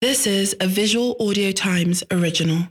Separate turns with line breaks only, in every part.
This is a Visual Audio Times original.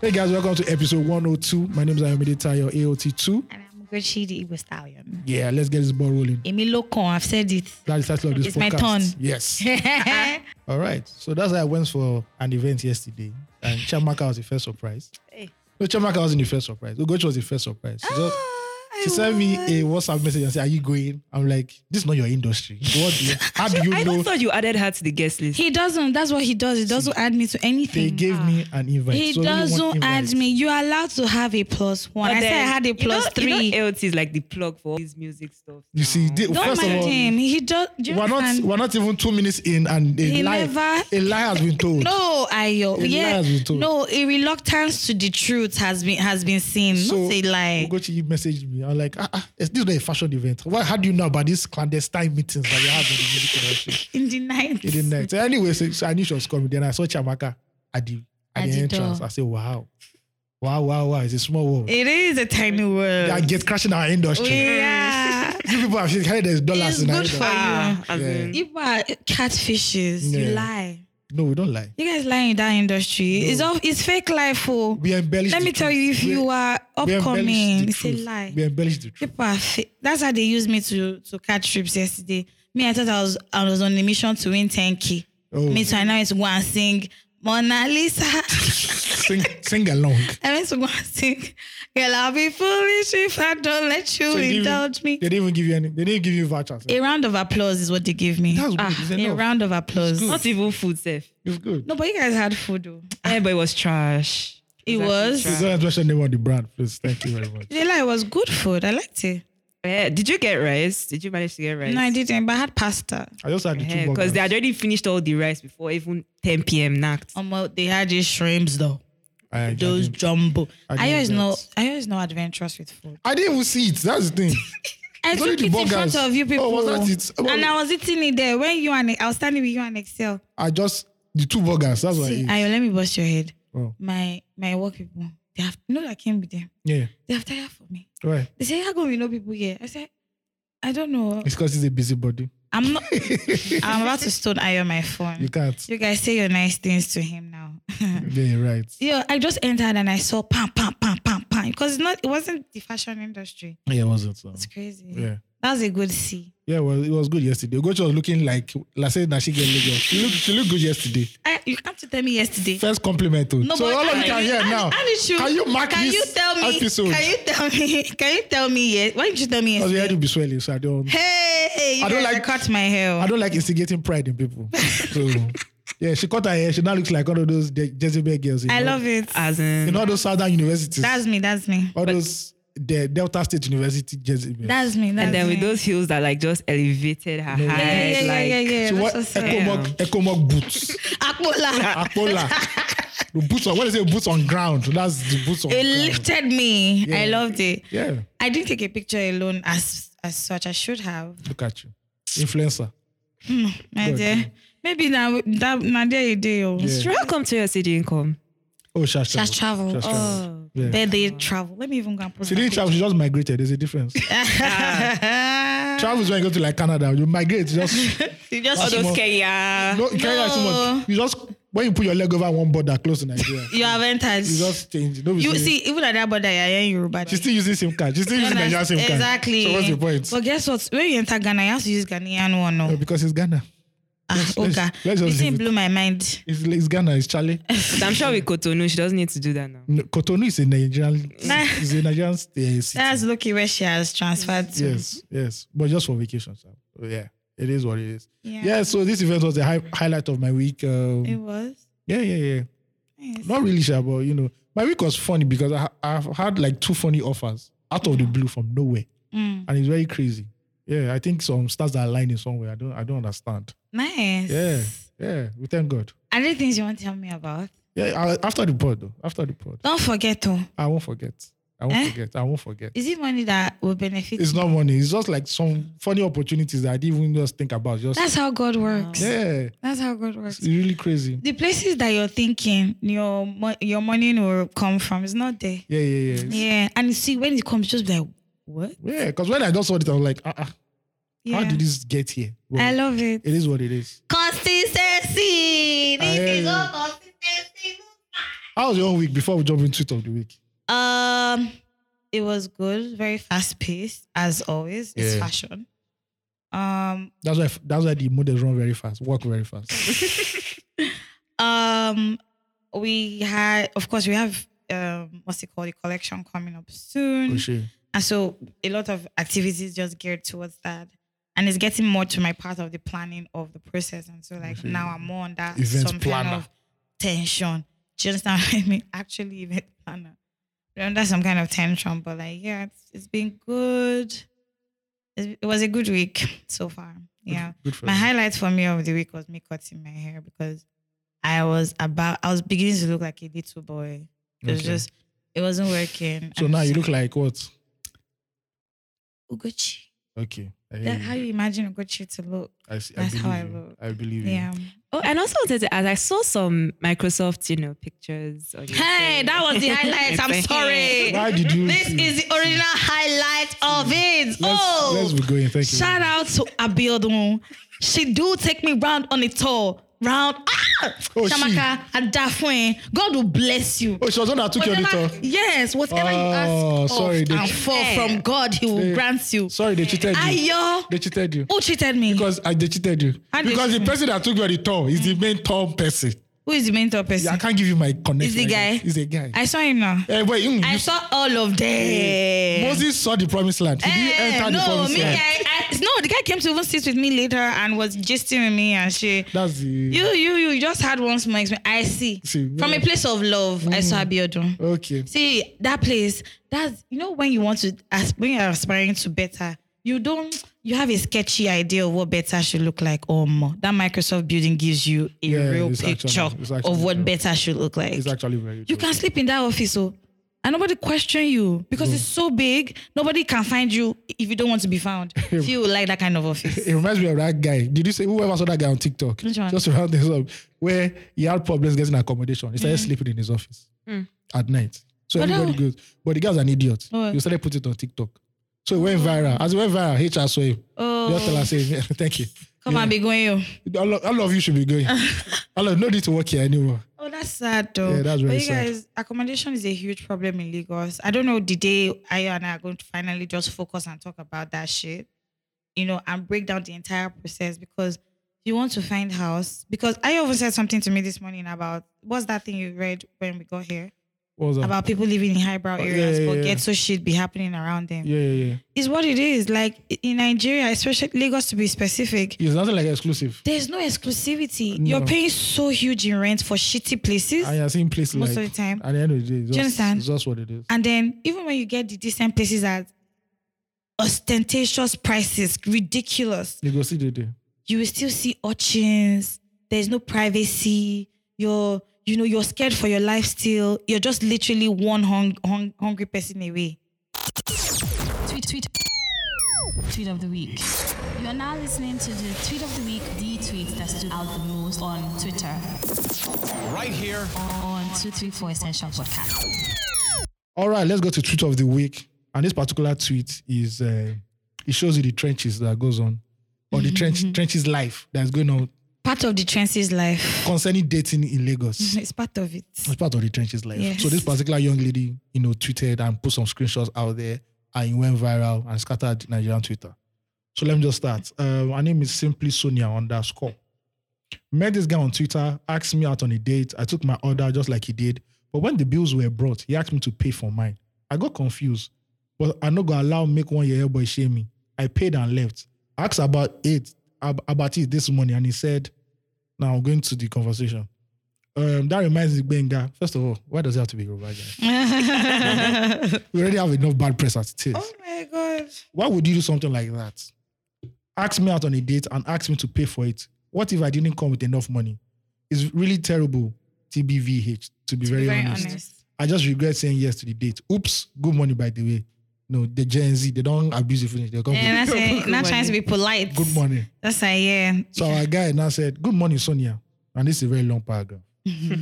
Hey guys, welcome to episode 102. My name is Ayomide Tayo, AOT2.
And I'm Gucci the Stallion.
Yeah, let's get this ball rolling.
Emi Lokon, I've said it.
That's the title of this
It's my
podcast.
turn.
Yes. All right. So that's how I went for an event yesterday. And Chamaka was the first surprise.
Hey.
No, Chamaka wasn't the first surprise. Ugochi was the first surprise. She, just,
Ah,
she
she
sent me a WhatsApp message and said, Are you going? I'm like, This is not your industry. What do you, how do
I
you
even
know?
thought you added her to the guest list.
He doesn't. That's what he does. He doesn't add me to anything.
They gave me an invite.
Ah. he
So only one
doesn't add
invite.
me. You're allowed to have a plus one. I said I had a plus
you know,
three.
You know LT is like the plug for all these music stuff.
You see,
now.
they-
Don't
first of
mind
all,
him. He does. do you
we're not,
understand?
we're not even two minutes in and a
He
lie,
never-
a lie has been told.
No, Ayo.
He
Oh, Yeah.
lies, we told.
No, a reluctance to the truth has been has been seen. not a lie.
Ugochi messaged me. I'm like, ah, ah, is this not a fashion event? Why, how do you know about these clandestine meetings that you have in the music industry?
In the night.
He didn't like- So anyway, so, so I knew she was coming. Then I saw Chamaka at the, at
At
the
the
entrance.
door.
I said, wow. Wow, wow, wow. It's a small world.
It is a tiny world.
They are get crashing our industry.
yeah.
You people have seen there's dollars
It's
in our
good
industry.
for eh?
Ah, as
Yeah.
in-
You are catfishes.
Yeah.
You lie.
No, we don't lie.
You guys lie in that industry.
No.
It's all it's fake life. Oh.
We embellish
Let
the
me
truth.
tell you, if
We-
you are
we embellish the
upcoming, it's a
truth.
lie.
We embellish the truth.
People are fake. That's how they used me to to catch trips yesterday. Me, I thought I was I was on a mission to win 10k.
Oh.
Me, so I now went to go and sing Mona Lisa.
Sing, sing along.
I went to go and sing. Girl, I'll be foolish if I don't let you
So they didn't even-
indulge me.
They didn't even give you any. They didn't give you vouchers. eh?
A round of applause is what they gave me. Ah,
That's good. It's
a
enough.
round of applause.
Not even food safe.
It's good.
No, but you guys had food though.
Eh, but it was trash.
It
actually
was.
trash.
Don't mention the name of the brand, please. Thank you very much.
Yeah, like, it was good food. I liked it.
Eh, did you get rice? Did you manage to get rice?
No, I didn't, but I had pasta.
I just had the
Eh,
two
Because
burgers.
they had already finished all the rice before even 10 p.m. knocked.
Um, well, they had these shrimps though.
I, I,
Those
didn't,
jumbo.
I
I
didn't
always
get-
know. I always know adventurous with food.
I didn't even see it. That's the thing.
I
It's only
took
the
it in
burgers.
front of you people,
Oh, was that it? Well-
and I was eating it there when you and I was standing with you and Excel.
I just the two burgers. That's what. I
See,
ate.
Ayo, let me bust your head.
oh,
My my work people, they have you know that I came with them.
yeah.
They have tired for me.
Right.
They say how come you know people here? I said, I don't know.
It's because he's a busybody.
I'm not. I'm about to stone Ayo my phone.
You can't.
you guys say your nice things to him now.
Yeah. Right.
Yeah, I just entered and I saw pam pam pam pam pam because it's not it wasn't the fashion industry.
Yeah. It wasn't. So.
It's crazy.
Yeah.
That was a good C.
Yeah. Well, it was good yesterday. Gochi was looking like like said that she get Lagos. She looked. She looked good yesterday.
I, you can't tell me yesterday.
First compliment. To.
No,
so
but
all of
I-
you can
I-
hear
I-
now.
I need you-
Can you mark
Can
this
you tell me?
episode?
Can you tell me? Can you tell me? Yes. Why did you tell me
Because your
yesterday?
head will be swelling. So I don't.
Hey, you
I
I
don't
don't
like-
cut my hair.
I don't like instigating pride in people. So yeah, she cut her hair. She now looks like one of those Je- Jezebel girls. in
I
all-
love it.
Ah.
As in,
in all those southern universities.
That's me. That's me.
all those the Delta State University Jezebel.
That's me. That's
and then
me.
with those heels that like just elevated her
Yeah,
height.
Yeah, yeah, yeah,
like,
yeah, yeah.
she wore
That's what's up.
Ecomog Ecomog boots.
Akpola.
Apola. the boots on what is it? Boots on ground. That's the boots on
It
ground.
lifted me.
Oh, Yeah.
I loved it.
Yeah.
I didn't take a picture alone as as such. I should have.
Look at you. Influencer.
My
Good.
dear. Maybe now that now there you oh. do.
Yeah.
Sure, Welcome to your city income.
Oh, Shash
Just travel.
Shash travel.
Oh.
Yeah.
Then they travel. Let me even go and post.
She
my
didn't travel, she just migrated. There's a difference.
picture.
travel is when you go to like Canada. You migrate, you just
You just
All
That's more-
those Kenya.
no, Kenya is too much. You just when you put your leg over one border close to Nigeria,
you have entered.
you just change. No,
You see, even at that border, you're hearing Yoruba.
she's still using SIM card. She's still using Nigerian SIM card.
Exactly.
So what's the point?
But guess what? When you enter Ghana, you have to use Ghanaian one.
No,
No.
because it's Ghana.
Ah,
let's-
Oh, okay.
let's just
This
leave
thing
it.
blew my mind.
It's, it's Ghana. It's Charlie.
But I'm sure with Cotonou, she doesn't need to do that now.
No, Cotonou is a Nigerian.
Nah.
is a Nigerian st- uh, city.
That's lucky where she has transferred to.
yes, yes, but just for vacation, sir. So, yeah, it is what it is.
Yeah.
Yeah. so this event was the high, highlight of my week. Um,
It was.
yeah, yeah, yeah.
Yes.
Not really sure, but you know, my week was funny because I ha- I've had like two funny offers out of the blue from nowhere,
Mm.
and it's very crazy. Yeah, I think some stars are aligning somewhere. I don't, I don't understand.
Nice.
Yeah, yeah. We thank God. uh,
Other things you want to tell me about?
Yeah, I, after the pod though. After the pod,
Don't forget oh. to.
I won't forget. I I won't
Eh?
forget. I won't forget.
Is it money that will benefit?
It's
me?
not money. It's just like some funny opportunities that I didn't even just think about. Just
That's how God works.
yeah,
That's how God works.
it's really crazy.
The places that you're thinking your mo- your money will come from is not there.
Yeah, yeah, yeah.
Yeah, and you see when it comes, just be like what?
Yeah, because when I just saw it, I was like, uh-uh,
Yeah.
how did this get here? Well,
I love it.
it is what it is.
Consistency.
I
This
hear
is
you.
all consistency.
How was your own week before we jump into tweet of the week?
Um, it was good. Very fast paced as always. It's
Yeah.
fashion. Um,
That's why that's why the models run very fast, work very fast.
Um, we had, of course, we have um, what's it called, a collection coming up soon,
For sure.
and so a lot of activities just geared towards that. And it's getting more to my part of the planning of the process, and so like
see.
now I'm more on that
Event
some
planner.
kind of tension. Do you understand what I mean? Actually, event planner. We're under some kind of tension, but like yeah, it's, it's been good. It's- It was a good week so far. Yeah.
Good, good for
My
you.
highlight for me of the week was me cutting my hair because I was about I was beginning to look like a little boy. It was
Okay.
just it wasn't working.
So
And
now
I was
you look like what?
like Ugochi.
Okay. I, hear
That, how
you.
you imagine Ugochi to look?
I, see,
that's
I
how I
believe you.
look.
I believe
Yeah.
Oh, and also wanted to ask, I saw some Microsoft, you know, pictures. On your
Hey,
phone.
that was the highlight. I'm
you.
sorry.
Why did you?
This is the original highlight of it.
Let's,
oh,
let's be going. Thank you.
Shout out to Abiodun. She do take me round on a tour. Round. Ah!
Oh,
Shamaka, Adafwen. God will bless you.
Oh, she was on that took your
Whatever-
editor.
yes, whatever you
Oh,
ask
sorry,
of
they-
and for from God, He will
They-
grant you.
Sorry, they cheated you.
Ayo,
They cheated you.
who cheated me?
Because I they cheated you.
How did
Because
you-
the person that took your editor is the main tall person.
Who is the mentor person?
Yeah, I can't give you my connection.
It's the
like
guy.
that. It's the guy.
I saw him now.
Eh, wait, mm,
I
you-
saw all of them.
Moses saw the promised land. He didn't
Eh,
enter the
no,
promised
me,
land.
I, I, no, the guy came to even sit with me later and was gisting with me and she.
That's the.
You, you, you just had one small experience. I see.
See,
From a
yeah. Mm.
place of love, I saw Abiodun.
Okay.
See that place. That's you know when you want to as- when you're aspiring to better, you don't. You have a sketchy idea of what better should look like. Um, that Microsoft building gives you a
Yeah,
real
it's actually-
picture
it's actually
of what
true.
better should look like.
It's actually very.
You
true.
can sleep in that office, so and nobody question you because it's so big. Nobody can find you if you don't want to be found. if you like that kind of office.
It reminds me of that guy. Did you say whoever saw that guy on TikTok?
Which one?
Just around this up, where he had problems getting accommodation. He started sleeping in his office at night. So
Mm. But Oh. that
everybody goes. But the guy's an idiot.
Why?
He started putting it on TikTok. So it went viral. As it went viral, HR saw him. Just tell her,
Oh,
say, thank you.
come and be going. oh.
All of, all of you should be going. all of, no need to work here anymore.
Oh, that's sad though.
Yeah, that's
but
very
you
sad.
guys, accommodation is a huge problem in Lagos. I don't know the day Ayo and I are going to finally just focus and talk about that shit, you know, and break down the entire process because you want to find house. Because I even said something to me this morning about what's that thing you read when we got here
What was that?
about people living in highbrow
yeah,
areas,
yeah,
but
yeah.
ghetto shit be happening around them.
yeah, yeah, yeah.
It's what it is. Like in Nigeria, especially Lagos to be specific,
It's nothing like exclusive.
there's no exclusivity.
No.
You're paying so huge in rent for shitty places.
And you're seeing places
Most
like,
of the time.
At the end of the day, it's
you
just,
understand?
it's just what it is.
And then even when you get the decent places at ostentatious prices, ridiculous,
You go see the day.
you will still see urchins. There's no privacy. You're, you know, you're scared for your life still. You're just literally one hung, hung, hungry person away.
Tweet, tweet. Tweet of the week. You are now listening to the tweet of the week, the tweet that stood out the most on Twitter.
right here
On 234 Essential Podcast.
All right, let's go to tweet of the week. And this particular tweet is uh, it shows you the trenches that goes on, or the trench, trenches life that's going on
Part of the trenches life.
concerning dating in Lagos.
It's part of it.
It's part of the trenches life.
Yes.
So this particular young lady, you know, tweeted and put some screenshots out there, and it went viral and scattered Nigerian Twitter. So let me just start. Um, her name is simply Sonia underscore. Met this guy on Twitter, asked me out on a date. I took my order just like he did. But when the bills were brought, he asked me to pay for mine. I got confused. But I no go allow make one year boy shame me. I paid and left. I asked about it ab- about it this morning, and he said, "Now I'm going to the conversation." Um, that reminds me, Benga. First of all, why does it have to be Yoruba? guy? we already have enough bad press as it is.
Oh my God.
Why would you do something like that? Ask me out on a date and ask me to pay for it. What if I didn't come with enough money? It's really terrible, TBVH, to be,
To
very,
be very
honest.
honest.
I just regret saying yes to the date. Oops, good money by the way. No, the Gen Z, they don't abuse you finish. They come
And
with
that's it. Not trying to be polite.
good money.
That's like, yeah.
So our guy now said, Good morning, Sonia. And this is a very long paragraph.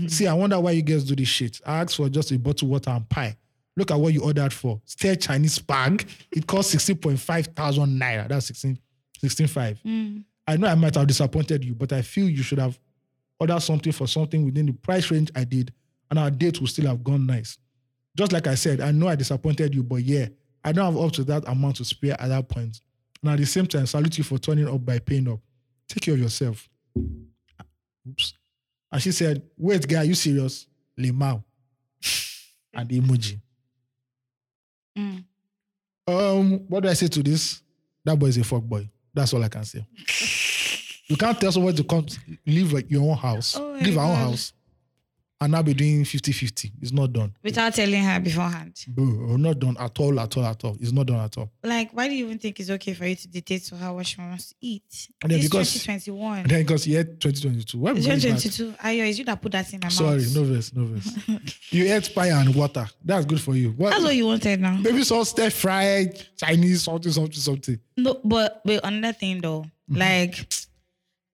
See, I wonder why you guys do this shit. I asked for just a bottle of water and pie. Look at what you ordered for. Stale Chinese bag. It cost 16.5 thousand naira. That's 16, 16.5. I know I might have disappointed you, but I feel you should have ordered something for something within the price range I did, and our date would still have gone nice. Just like I said, I know I disappointed you, but yeah, I don't have up to that amount to spare at that point. And at the same time, salute you for turning up by paying up. Take care of yourself. Oops. And she said, Wait, guy, are you serious? Limau. and the emoji.
Mm.
Um, what do I say to this? That boy is a fuck boy. That's all I can say. you can't tell someone to come leave like, your own house,
Oh my
leave our own
God.
house, and now be doing 50-50. It's not done.
Without telling her beforehand.
Bro, oh, not done at all, at all, at all. It's not done at all.
Like, why do you even think it's okay for you to dictate to her what she wants to eat?
And then
it's
because-
2021.
And then because yeah, 2022. Where we going back?
2022. Ayo, is you that put that in my
Sorry,
mouth.
no verse, no verse. you ate pie and water. That's good for you. What,
That's what you wanted now.
maybe some stir fried Chinese something, something, something.
No, but but another thing though,
Mm-hmm.
like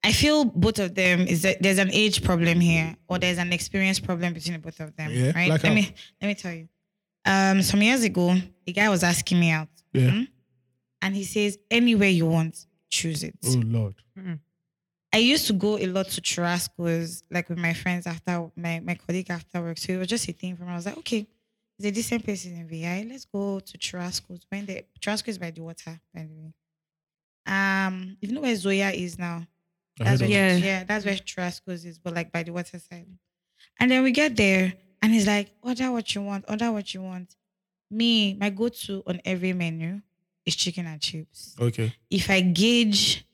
I feel both of them is that there's an age problem here, or there's an experience problem between the both of them.
Yeah,
Right?
like
let
how?
me let me tell you. Um, some years ago, the guy was asking me out,
Yeah.
Mhm. and he says, "Anywhere you want, choose it."
Oh Lord.
I used to go a lot to Churrasco's, like with my friends after my, my colleague after work. So it was just a thing for me. I was like, okay, there's a decent place in VI. Let's go to Churrasco's. When the Churrasco is by the water, by the way. Um, you know where Zoya is now.
I
That's
heard
where,
of
Yeah.
yeah. that's where Churrasco's is, but like by the water side. And then we get there, and he's like, order what you want, order what you want. Me, my go-to on every menu is chicken and chips.
it. Okay.
If I gauge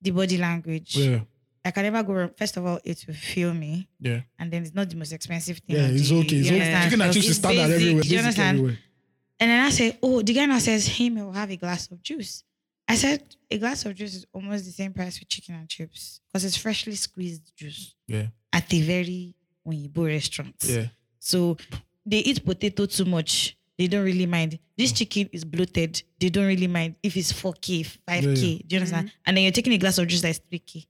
the body language,
Yeah.
I can never go wrong. First of all, it will feel me,
Yeah.
and then it's not the most expensive thing.
Yeah,
I
it's
do.
okay. It's
You
okay.
understand?
Chicken and chips is
It's
standard
basic,
everywhere.
Do you
basic
understand?
everywhere.
And then I say, "Oh, the guy now says, hey, may we have a glass of juice?" I said, "A glass of juice is almost the same price with chicken and chips because it's freshly squeezed juice
Yeah.
at the very Onyibo restaurant.
Yeah.
So they eat potato too much. They don't really mind.
Mm.
This chicken is bloated. They don't really mind if it's 4K, 5K.
Yeah, yeah.
Do you understand? And then you're taking a glass of juice that's 3K.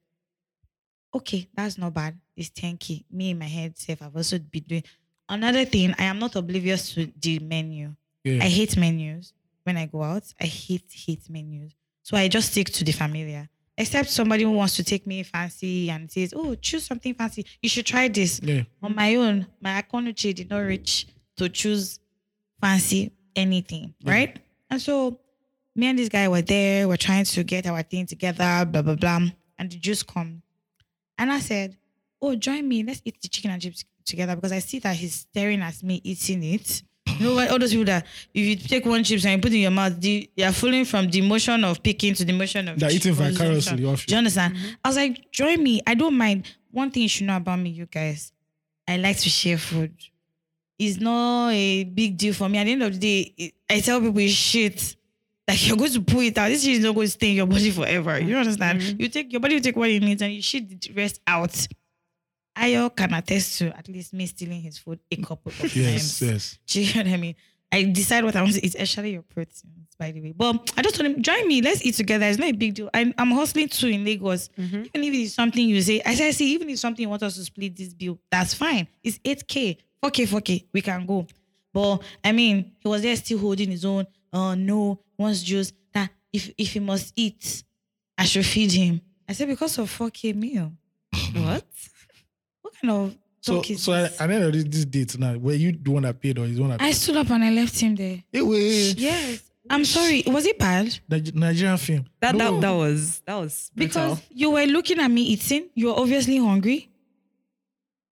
Okay, that's not bad. It's 10K. Me in my head, safe. I've also been doing. Another thing, I am not oblivious to the menu.
Yeah.
I hate menus when I go out. I hate, hate menus. So I just stick to the familiar. Except somebody who wants to take me fancy and says, oh, choose something fancy. You should try this
Yeah.
on my own, my economy did not reach to choose fancy anything, right? And so me and this guy were there, we're trying to get our thing together, blah, blah, blah. And the juice come. And I said, Oh, join me. Let's eat the chicken and chips together because I see that he's staring at me eating it. You know what? All those people that if you take one chips and you put it in your mouth, the, they are falling from the motion of picking to the motion of
They're eating
consumption.
vicariously off you.
Do you understand? I was like, join me. I don't mind. One thing you should know about me, you guys. I like to share food. It's not a big deal for me. At the end of the day, it, I tell people it's shit. Like you're going to pull it out. This shit is not going to stay in your body forever. You understand? You take your body will take what it needs and you shit the rest out. Ayo can attest to at least me stealing his food a couple of
Yes.
times.
Yes.
Do you know what I mean? I decide what I want to eat. Actually, your proteins, by the way. But I just told him, join me. Let's eat together. It's not a big deal. I'm, I'm hustling too in Lagos.
Mm-hmm.
Even if it's something you say, I said, see, even if something you want us to split this bill, that's fine. It's 8K, 4K, 4K. We can go. But I mean, he was there still holding his own. Oh, no, wants juice. That if, if he must eat, I should feed him. I said, because of 4K meal.
What?
What kind of
So
talk is
so
this?
at the end of this, this date now, were you the one that paid or is the one that
I stood up and I left him there.
It was
Yes. I'm sorry. Was it bad?
Nige- Nigerian film.
That,
No.
that, that was that was
Because
brutal.
you were looking at me eating. You're obviously hungry.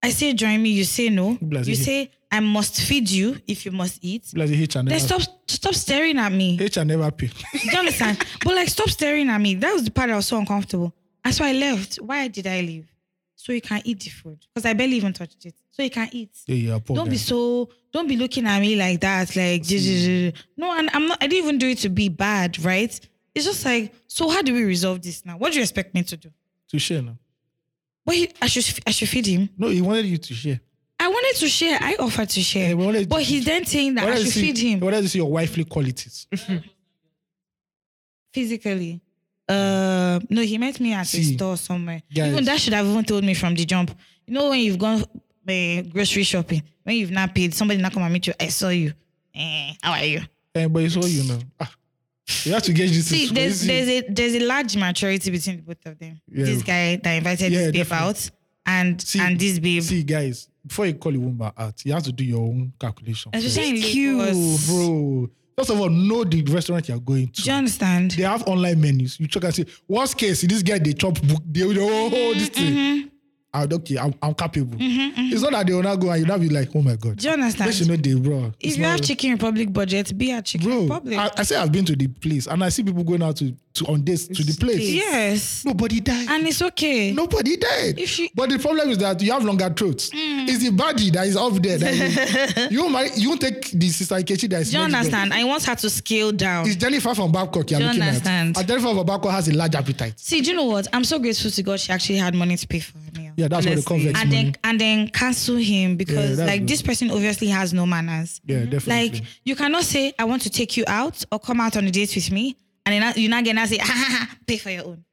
I say, join me. You say no.
Blase.
You say, I must feed you if you must eat.
Like the H and
Then
never,
stop, stop staring at me.
H and never pay.
You understand? but like, stop staring at me. That was the part I was so uncomfortable. And so I left. Why did I leave? So you can eat the food. Because I barely even touched it. So you can eat.
yeah, yeah, poor
don't
guy.
be so don't be looking at me like that like "J- j- j- j." no and i'm not i didn't even do it to be bad right it's just like so how do we resolve this now what do you expect me to do
to share now.
but he, i should i should feed him
No, he wanted you to share.
I wanted to share. I offered to share.
Yeah, we wanted-
but he's then saying that
Whether
I
you
should
see-
Ah, feed him
Whether you see your wifely qualities.
physically. Uh, no, he met me at
See,
a store somewhere.
guys.
Even that should have even told me from the jump. You know when you've gone uh, grocery shopping, when you've not paid, somebody not come and meet you. I saw you. Eh, how are you?
Eh, but it's all you know. Ah, you have to gauge this.
See,
it's
there's
crazy.
there's a there's a large maturity between the both of them.
Yeah.
This guy that invited
Yeah,
this babe
definitely.
out, and
See,
and this babe,
See, guys, before you call a woman out, you have to do your own calculation.
especially
Thank
in
you,
Lagos.
Bro, first of all, know the restaurant you're going to.
Do you understand?
they have online menus. You check and say, worst case, this guy they chop book, they will oh,
Mm-hmm,
this thing. I would- okay, I'm, I'm capable. It's not that they will not go and you'll not be like, oh my god.
Do you understand?
Yes, you know they bro. It's
if you have
not-
Chicken Republic budget, be at Chicken
bro,
Republic.
I, I say I've been to the place and I see people going out to, to on dates to the place.
yes,
Nobody died.
and it's okay.
Nobody died.
If Mm. you-
but the problem is that you have longer throats. It's the body that is off there. That you, you might you won't take the sister Ikechi that is.
Do you
not there.
understand? I want her to scale down.
It's Jennifer from Babcock. You're
Do you
looking
understand?
at. And Jennifer from Babcock has a large appetite.
See, do you know what? I'm so grateful to God she actually had money to pay for her meal.
Yeah, that's
Honestly.
what the convex
and
money.
then and then cancel him because
that's
like
good.
this person obviously has no manners.
Yeah, definitely.
Like you cannot say I want to take you out or come out on a date with me, and then you now gonna say ha ha ha pay for your own.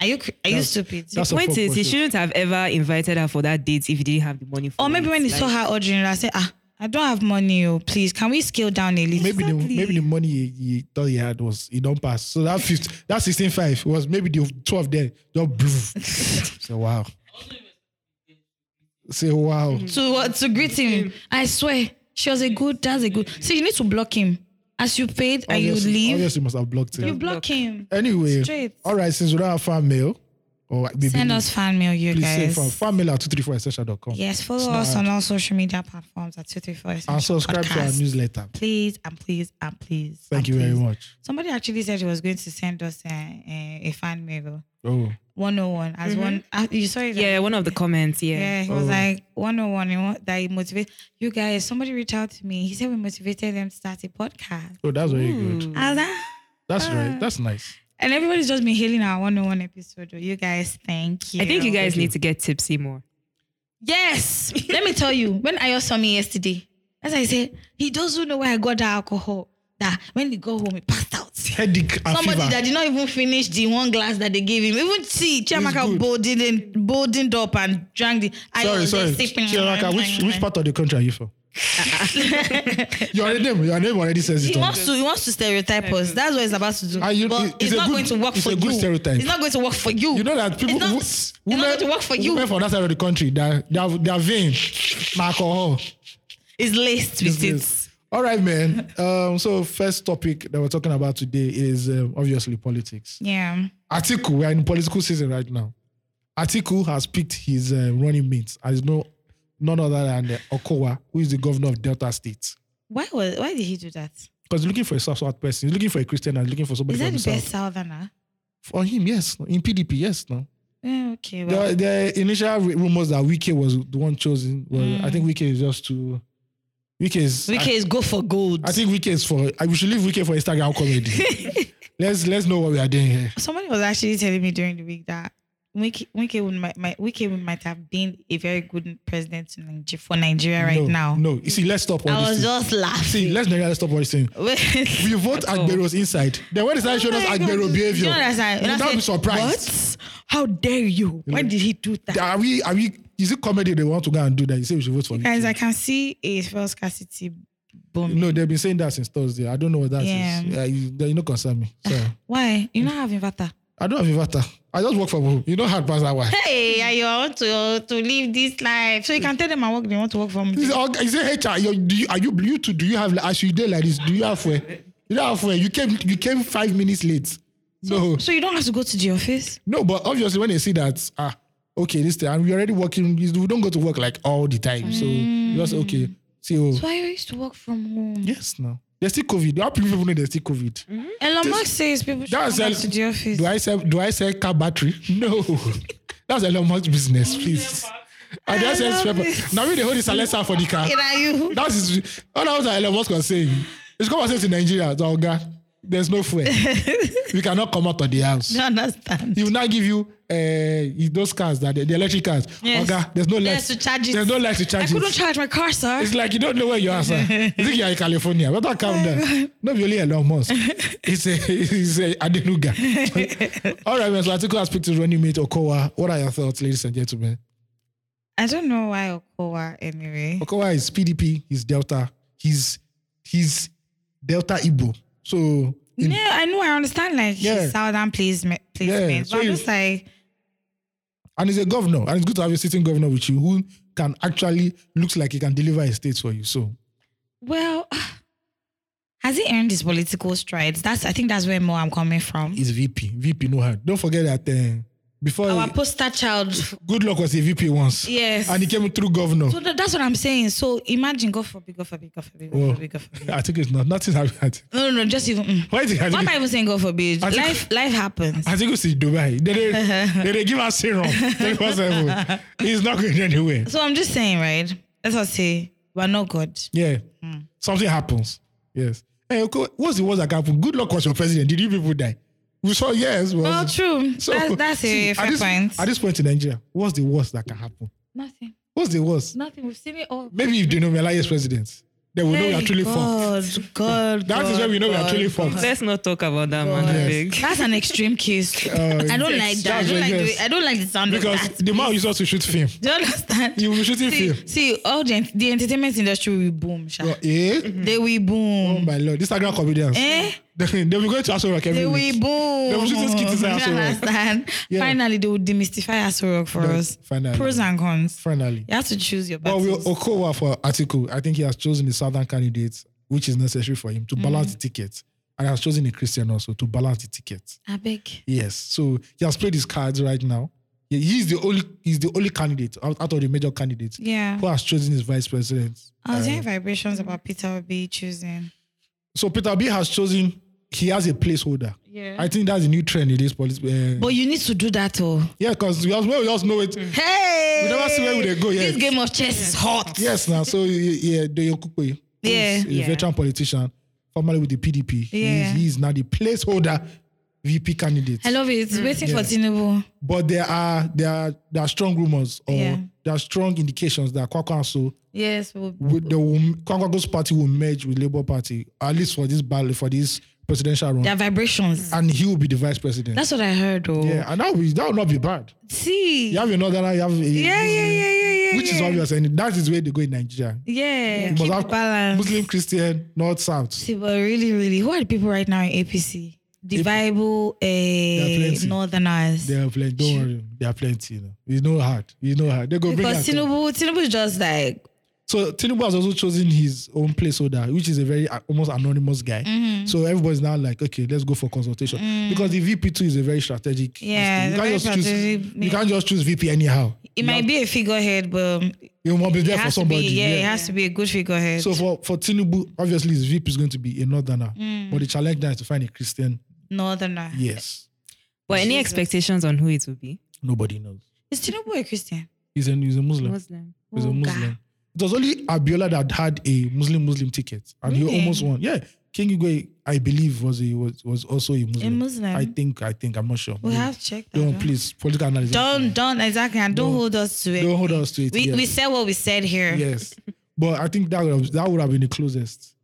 Are you cr- are you stupid?
That's a
Point
fuck
is, he
question.
shouldn't have ever invited her for that date if he didn't have the money for
Or maybe
it.
when he saw
Like,
her ordering, I say ah I don't have money, oh please can we scale down a little?
Maybe the maybe the money he, he thought he had was he don't pass. So that fifth that sixteen five was maybe the two of them just boof. Say wow. Say wow.
to what to greet him. I swear she was a good. That's a good. See you need to block him as you paid and you
Obviously-
leave.
Obviously, must have blocked
You
him.
block him.
Anyway,
Straight.
all right. Since we don't have fan mail, or maybe
Send us fan mail, you
please send
guys.
fan, fan mail at two three four essential.com
Yes, follow us on all social media platforms at 234
and
Essential
subscribe to our
Podcast.
newsletter.
Please and please and please.
Thank
and
you very
please.
much.
Somebody actually said he was going to send us a, a, a fan mail.
Oh,
101 as one. Uh, you saw it?
yeah, one of the comments. Yeah.
Yeah, he was
Mm-hmm. Oh.
like 101 and what- that he motivated. You guys, somebody reached out to me. He said we motivated them to start a podcast.
oh, that's very good.
I was like,
That's
Ah.
right. That's nice.
and everybody's just been hailing our 101
oh,
episode. You guys, thank you.
I think you guys need to get tipsy more.
Yes. Let me tell you, when Ayo saw me yesterday, as I said, he doesn't know where I got that alcohol. That when he go home, he passed out.
Headache and
Somebody
fever.
that did not even finish the one glass that they gave him. Even see Chiamaka
good.
bolded and boldened up and drank the. I
Sorry,
was
sorry.
there sipping.
Chiraka, which, which part of the country are you from? your name, your name already says it
He
all.
wants to. He wants to stereotype us. That's what he's about to do.
Are you-
but
it's
it's,
a
not
good-
going to work
it's
for
a good
you.
stereotype.
It's not going to work for you.
You know that people,
It's not,
wo-
it's not going to work for you.
women from that side of the country, their their, their vein, na alcohol.
It's laced with it.
Yes. All right, man. Um, so first topic that we're talking about today is um, obviously politics.
Yeah.
Atiku, we are in political season right now. Atiku has picked his uh, running mates. As no, none other than uh, Okowa, who is the governor of Delta State.
Why was? Why did he do that?
Because he's looking for a South South person. He's looking for a Christian and looking for somebody
Is that
from
the
the South.
best southerner?
For him, yes. In PDP, yes. No.
Eh, Okay. Well,
The, the initial r- rumors that Wike was the one chosen. Well, I think Wike is just too. Wike is.
Wike is go for gold.
I, I think Wike is for. I, we should leave Wike for Instagram comedy. let's let's know what we are doing here.
Somebody was actually telling me during the week that Wike, Wike, would, might, might, Wike would might have been a very good president to Niger, for Nigeria right
no,
now.
No. You see, let's stop all
I
this.
was
thing.
just
See,
laughing.
let's not let's stop all this thing. We vote Agbero's inside. Then when they start showing us
Oh my God.
Agbero behavior,
Do you understand?
we
And I
don't
said,
be surprised.
What? How dare you? Why did he do that?
Are we? Are we? Is it comedy they want to go and do that? You say we should vote for Wike.
Guys, I can see a first scarcity booming.
No, they've been saying that since Thursday. I don't know what that is.
Yeah.
Yeah, you, they no concern me. So
Why?
Mm.
You not have inverter?
I don't have inverter. I just work from home. You know hard pass that one.
Hey, I want to to live this life. So you can tell them I work. They want to work from.
He said, "Oh, he said, HR, you, do you, are you you two? Do you have like, as you did like this? Do you have where? You don't have where? You came you came five minutes late. No,
So you don't have to go to the office.
no, but obviously when they see that, ah, okay, this thing, and we're already working. We don't go to work like all the time. So you just okay. See, oh,
Why you used to work from home?
yes, no. There's still COVID. How people know there's still COVID?
Mm-hmm. Elon Musk says people should come
That's
back
a-
to the office.
Do I sell do I sell car battery? No. That's a lot much business,
Oh,
please. And that's
love
paper.
it.
Now we they hold the silencer for the car.
Here are you?
That's his, all that was that Elon Musk was saying. It's conversation in Nigeria, Zoga. There's no fuel. you cannot come out of the house.
You understand?
He will now give you uh, those cars that the, the electric cars.
Yes.
Oga, there's no light.
Yes, to charge it.
There's no light to charge
I couldn't
it.
charge my car, sir.
it's like you don't know where you are, sir. You think you are in California. Better calm down. Not be only a long month. It's a it's a Adenuga. All right, man. So I think I'll speak to Ronnie Mate Okowa. What are your thoughts, ladies and gentlemen?
I don't know why Okowa anyway.
Okowa is PDP, he's Delta, he's he's Delta Igbo. So in-
Yeah, I know. I understand like his
Yeah.
southern placement, placement
Yeah,
but
so
I'm
you-
just like
and he's a governor, and it's good to have a sitting governor with you who can actually looks like he can deliver a state for you. So
Well, has he earned his political strides? That's I think that's where more I'm coming from.
is VP. VP no hard. Don't forget that uh, before
Our poster child.
good luck was a VP once.
Yes.
And he came through governor.
So tha- that's what I'm saying. So imagine, God forbid, God forbid, God forbid, God
Well,
forbid, God forbid.
I think it's not nothing happened.
No, no, no, just even. mm.
Why did I
Why am
think,
I even saying God forbid?
I think-
Life, life happens.
I think it's in Dubai. They, they, they, they give us serum. 24/7. He's not going anywhere.
So I'm just saying, right? That's what I say. We're not God.
Yeah.
Hmm.
Something happens. Yes. Hey, okay, what's the worst that can happen? Good luck was your president. Did you people die? We saw yes. Was,
Well, true. that's, that's
Um, see,
a
at
fair
this-
point.
At this point in Nigeria, what's the worst that can happen?
nothing,
What's the worst?
nothing. We've seen it all.
Maybe if they nominalize president, then we know we are
Hey,
truly fucked.
God, God,
That is
God,
where we know we are
God,
truly fucked.
Let's not talk about that, man.
Yes.
Big.
That's an extreme case. I don't like that.
Uh, that's
I
what
don't like,
it
the,
is.
I don't like the sound
Because
of that.
the man used us to shoot film.
Do you understand?
You will be shooting film.
see, see, all the, ent- the entertainment industry will boom. Sha.
Well, eh?
They will
Oh
boom.
my lord, Instagram comedians.
Mm-hmm. Eh?
They they will go to Aso Rock every
They will
week.
boom.
They will shoot skits inside
Do
Aso
you
Rock.
understand?
Yeah.
Finally, they will demystify Aso Rock for
Yeah,
us.
finally.
Pros and cons.
Finally.
You have to choose your
But
battles.
we Okowa for article. I think he has chosen the southern candidate, which is necessary for him to
Mm.
balance the ticket, and has chosen a Christian also to balance the ticket.
I beg.
Yes, so he has played his cards right now. He- He's the only he's the only candidate out, out of the major candidates
Yeah.
who has chosen his vice president. Um,
I was
uh,
hearing vibrations about Peter Obi choosing.
So Peter B has chosen. He has a placeholder.
Yeah.
I think that's a new trend in this politics. Uh,
But you need to do that, oh.
yeah, because we, also- we just know it.
Hey!
We never see where we dey go
This
yet.
game of chess is hot.
Yes, now. So yeah, Doyo Kukwe, who
Yeah.
is a veteran politician, formerly with the PDP. He is-
Yeah.
He is now the placeholder VP candidate.
I love it. Waiting for Tinubu.
But there are there are there are strong rumors or
Yeah.
there are strong indications that Kwakwanso
Yes, we'll
will- the Kwakwanso's party will merge with Labour Party at least for this battle for this presidential run,
There are vibrations.
and he will be the vice president.
That's what I heard, though.
yeah, and that will that will not be bad.
See.
You have another, you have a,
yeah, yeah, yeah, yeah, yeah.
which
yeah.
is what we are saying. That is where they go in Nigeria.
Yeah.
You must
Keep the
have
balance.
Muslim, Christian, North, South.
See, but uh, really, really, who are the people right now in APC? The Bible,
There are
uh,
plenty.
Northerners.
There are plenty. Don't worry, there are plenty. You know. It's no hard. It's no hard. They go bring
because
that. up.
Tinubu, Tinubu is just like,
So Tinubu has also chosen his own placeholder, which is a very uh, almost anonymous guy.
Mm. mm-hmm.
So everybody's now like, okay, let's go for consultation because the VP two is a very strategic.
Yeah,
this
it's a
thing. you can't just choose.
very strategic-
You can't just choose VP anyhow.
it might be a figurehead, but um,
You must be
it
there for
has
somebody.
to be, yeah, it has to be a good figurehead.
So for for Tinubu, obviously his VP is going to be a northerner,
Mm,
but the challenge now is to find a Christian.
Northerner.
Yes,
But any expectations on who it will be?
nobody knows.
Is Tinubu a Christian?
He's a he's a Muslim.
Muslim.
He's a
Oh, God.
Muslim. It was only Abiola that had a Muslim Muslim ticket, and he
Really?
almost won. Yeah, King Igwe, I believe, was a was, was also a Muslim.
Muslim?
I think. I think. I'm not sure.
We
Don't-
have to check that.
Don't
out.
please political analysis.
Don't, don't, exactly. And don't
Don't-
hold us to it.
don't hold us to it.
We,
yes.
we said what we said here.
yes, but I think that would have, that would have been the closest.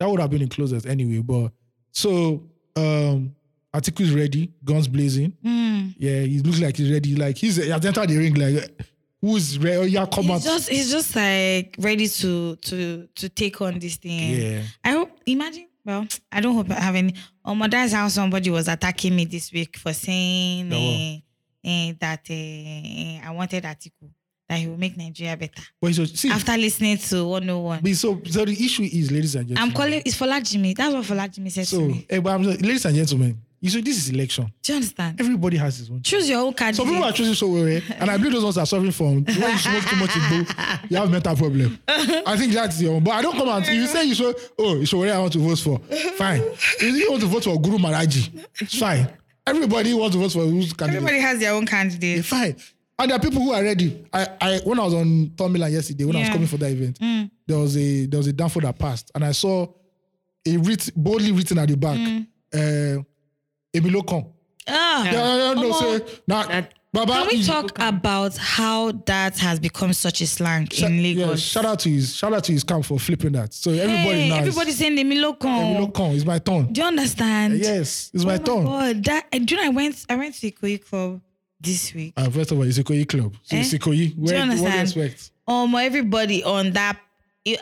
That would have been the closest anyway. But so um Atiku is ready, guns blazing.
Mm.
Yeah, he looks like he's ready. Like he's he has entered the ring. Like who's ready? Oh, yeah, come
He's
out.
just he's just like ready to to to take on this thing.
yeah.
I hope imagine well, I don't hope I have any oh my that's how somebody was attacking me this week for saying
Oh, wow.
eh, eh, that eh, eh, I wanted Atiku that he will make Nigeria better.
But he's just, see,
After listening to 101.
But so, so the issue is, ladies and gentlemen.
I'm calling it's Fola Jimmy. That's what Fola Jimmy said to
So,
me.
eh, but I'm just- ladies and gentlemen, you see, this is election.
Do you understand?
Everybody has his own.
Choose your own candidate.
Some people are choosing so well, eh, and I believe those ones are suffering from when you smoke too much, you, do, you have mental problem. I think that's your own. But I don't come out. If you say you so, oh, it's what I want to vote for. Fine. If you want to vote for Guru Maharaji, it's fine. Everybody wants to vote for who's candidate.
Everybody has their own candidate.
They're fine. And there are people who are ready. I, I when I was on Tom Milan yesterday, when I was
Yeah. Mm.
coming for that event, there was a there was a downfall that passed, and I saw a writ, boldly written at the back,
Mm.
uh, Emilio come.
Ah.
Yeah, yeah, yeah, no,
Omo.
say, nah,
That-
Baba,
Can we
is-
talk about how that has become such a slang in
yeah,
Lagos?
shout out to his shout out to his camp for flipping that. So everybody
hey,
now is-
everybody's saying
Emilio
Emilokon.
come. It's my turn.
Do you understand?
Yes, it's
Oh
my
my
turn.
God, that I do. You know, I went. I went to Ikoyi Club this week.
Uh, first of all, it's Ikoyi Club. So
Eh?
it's Ikoyi. Where, what do you
understand?
expect?
Um, everybody on that.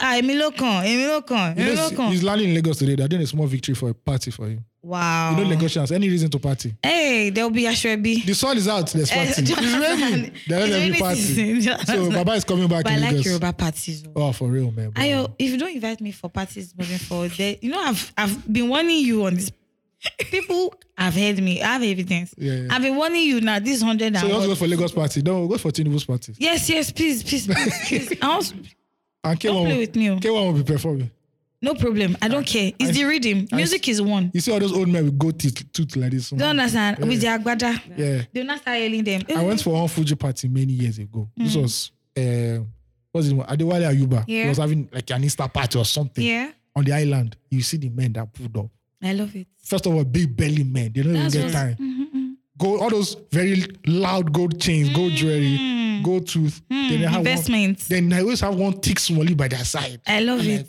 Ah, Emilokon, Emilokon,
You know, he's- he's
Emilokon.
landing in Lagos today. They're doing a small victory for a party for him.
Wow.
You know, Lagosians, any reason to party.
Hey, there'll be Ashwebi.
The sun is out. There's
Eh,
party. It's
do you
raining.
understand?
There's every
It's raining
party.
season. Do you
So
understand?
Baba is coming back
But I
in
like
Lagos.
Yoruba parties. though.
Oh, for real, man. bro.
Ayo, if you don't invite me for parties moving forward, there, you know I've I've been warning you on this. People have heard me. I have evidence.
Yeah, yeah.
I've been warning you now. This hundred and
So you want to go
what-
for Lagos party? No, go for Tinubu's party.
yes, yes, please, please, please. please. I want-
And K1
Don't play
will-
with me, oh.
K1 will be performing.
no problem. I don't care. It's the rhythm. Music is one.
You see all those old men with gold teeth, tooth like this.
Don't understand with the agbada.
Yeah.
They'll not start yelling them.
I went for one Fuji party many years ago. This was uh, what's it? Adewale Ayuba. He
Mm. Yeah.
was having like an Easter party or something
Eh? Yeah,
on the island. You see the men that pulled up.
I love it.
First of all, big belly men. They don't
That's
even get
what-
time.
Mm-hmm,
Go all those very loud gold chains, gold jewelry,
Mm.
gold tooth. Then they have one,
Investments.
Then I always have one thick smally by their side.
I love
I'm
it.
like,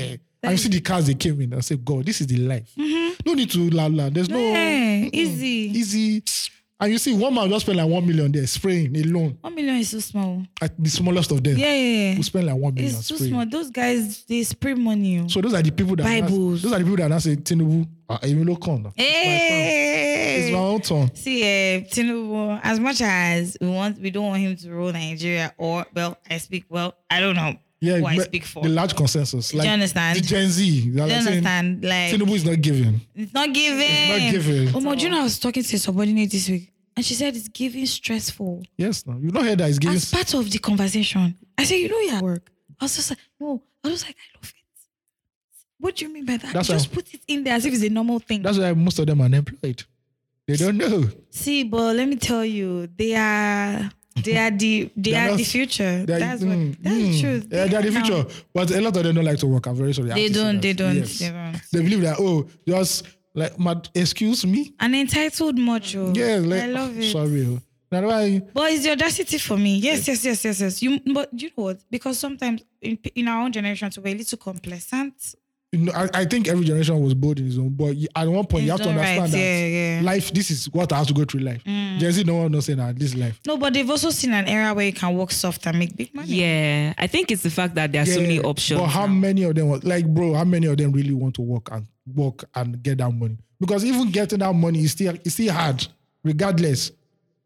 man. And you see the cars they came in. I said, God, this is the life.
Mm-hmm.
No need to la la. There's no
Hey,
Mm-mm.
Eh, easy.
Easy. And you see, one man just spent like one million there spraying alone.
One million is so small.
At the smallest of them.
Yeah, yeah, yeah.
We spend like one million
It's too
spraying.
small. Those guys, they spray money. oh.
So those are the people that
Bibles.
those are the people that now say Tinubu uh, Emilio Khan. It's my
Hey.
own turn.
Eh. See, uh, Tinubu, as much as we want, we don't want him to rule Nigeria, or well, I speak well, I don't know
Yeah,
who I
but
speak for.
the
Do
large consensus. Like
you understand?
The Gen Z. They're
you
like saying,
understand? Like,
Tinubu is not giving.
it's not giving.
It's not giving.
Oh, my, do you know I was talking to a subordinate this week, and she said it's giving stressful.
Yes, no. You don't hear that he's giving.
As part of the conversation, I said, you know, you're at work. I was just like, no, I was like, I love it. What do you mean by that?
That's
You just put it in there as if it's a normal thing.
That's why most of them are unemployed. They don't know.
See, but let me tell you, they are they are the they
They're
are
not-
the future.
They're-
That's
mm,
what that's the
mm.
truth.
Yeah, they're the
are now-
future. But a lot of them don't like to work. I'm very sorry. I
They
have to say
don't,
that.
they don't,
Yes.
they don't.
They believe that, oh, just like, mad, excuse me?
An entitled module.
Yeah, like,
I love it.
sorry. oh. That's why
But it's the audacity for me. Yes, yes, yes, yes, yes. You but you know what? Because sometimes in, in our own generation too, we're a little complacent.
you know, I, I think every generation was bold in his own, but you- at one point you have
It's
to
all
understand
right,
that
yeah, Mm. yeah.
life, this is what I have to go through life. Gen Z, no one knows saying that this is life.
No, but they've also seen an era where you can work soft and make big money.
Yeah, I think it's the fact that there are so
Yeah,
many options.
But how many of them, was- like, bro, how many of them really want to work and work and get that money? Because even getting that money is still is still hard, regardless.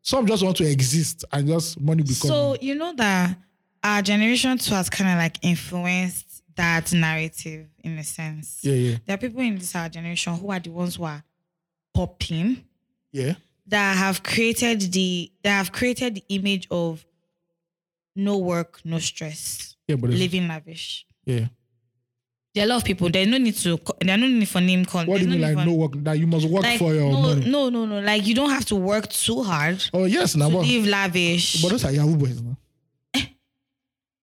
Some just want to exist and just money becomes.
So you know that our generation too has kind of like influenced that narrative in a sense.
yeah, yeah,
There are people in this our generation who are the ones who are popping
yeah.
that have created the that have created the image of no work, no stress,
Yeah, but it's-
living lavish.
yeah.
There are a lot of people. There's no need to. co- There's no need for name con.
What do you mean,
there's no need
like
for-
no work? That you must work
like,
for your
no,
money.
no, no, no. Like you don't have to work too hard
Oh yes, now
to
but,
live lavish.
but those are Yahoo boys, now.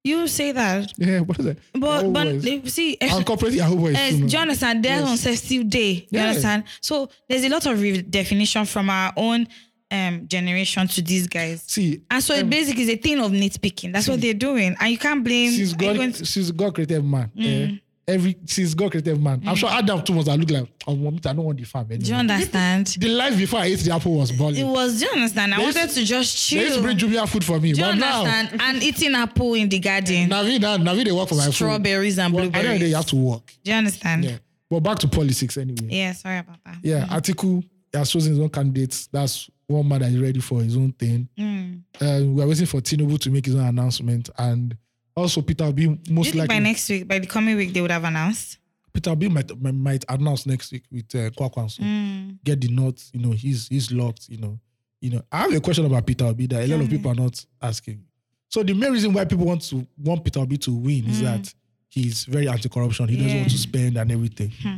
you say that,
Yeah, but those are
but
Yahoo
but
boys.
they- see,
and corporate Yahoo boys.
Yes,
too, man.
do you understand? There's
Yes.
unsensitive day. You
Yeah.
understand? So there's a lot of redefinition from our own um, generation to these guys.
See,
And so it basically is a thing of nitpicking. That's
um,
what they're doing. And you can't blame
since
are you
God,
going to-
since God created man,
Mm.
eh, every since God created man, I'm sure Adam too must have looked like, oh, mom, I don't want the farm
Do you
anymore.
understand?
The life before I ate the apple was
It
boring.
was do you understand? I
They used-
wanted to just
They used
chill.
to bring
Do
Jumia food for me,
you
but now,
understand? and eating apple in the garden.
Navi, now, Navi, they work for my food.
Strawberries and
But at the end of the day,
blueberries.
you have to work.
Do you understand?
Yeah, but back to politics anyway.
Yeah, Mm. sorry about that.
Yeah, Atiku has chosen his own candidates. That's one man that is ready for his own thing.
Mm.
Uh, we are waiting for Tinubu to make his own announcement, and also Peter will be
Do you
most
think by
likely
next week, by the coming week, they would have announced?
Peter B might, might might announce next week with uh, Kwakwanso.
Mm.
Get the notes, you know, he's he's locked, you know. You know, I have a question about Peter Obi that a lot of people are not asking. So the main reason why people want to want Peter Obi to win
Hmm.
is that he's very anti-corruption. He doesn't want to spend and everything.
Hmm.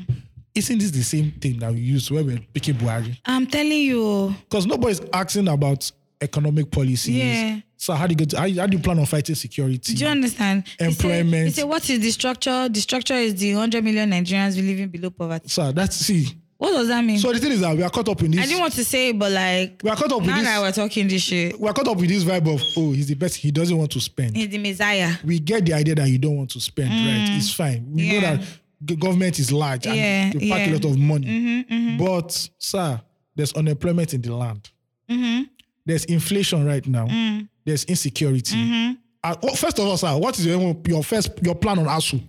Isn't this the same thing that we used when we were picking Buhari?
I'm telling you.
Because nobody's asking about economic policies,
Yeah.
So how do you get? How, how do you plan on fighting security?
Do you understand? He said-
Employment.
He said, what is the structure? The structure is the 100 million Nigerians living below poverty.
so that's see.
What does that mean?
So the thing is that we are caught up in this.
I didn't want to say it, but like,
we are caught up with
now
this.
that we're talking this shit,
we are caught up with this vibe of oh he's the best. He doesn't want to spend.
he's the Messiah.
we get the idea that you don't want to spend, right? It's fine. We know
Mm. Yeah.
that the government is large and
Yeah,
they pack a
yeah. Mm-hmm,
lot of money. But, sir, there's unemployment in the land.
Mm-hmm.
There's inflation right now.
Mm.
There's insecurity.
Mm-hmm.
Uh, oh, first of all, sir, what is your, your first your plan on ASU?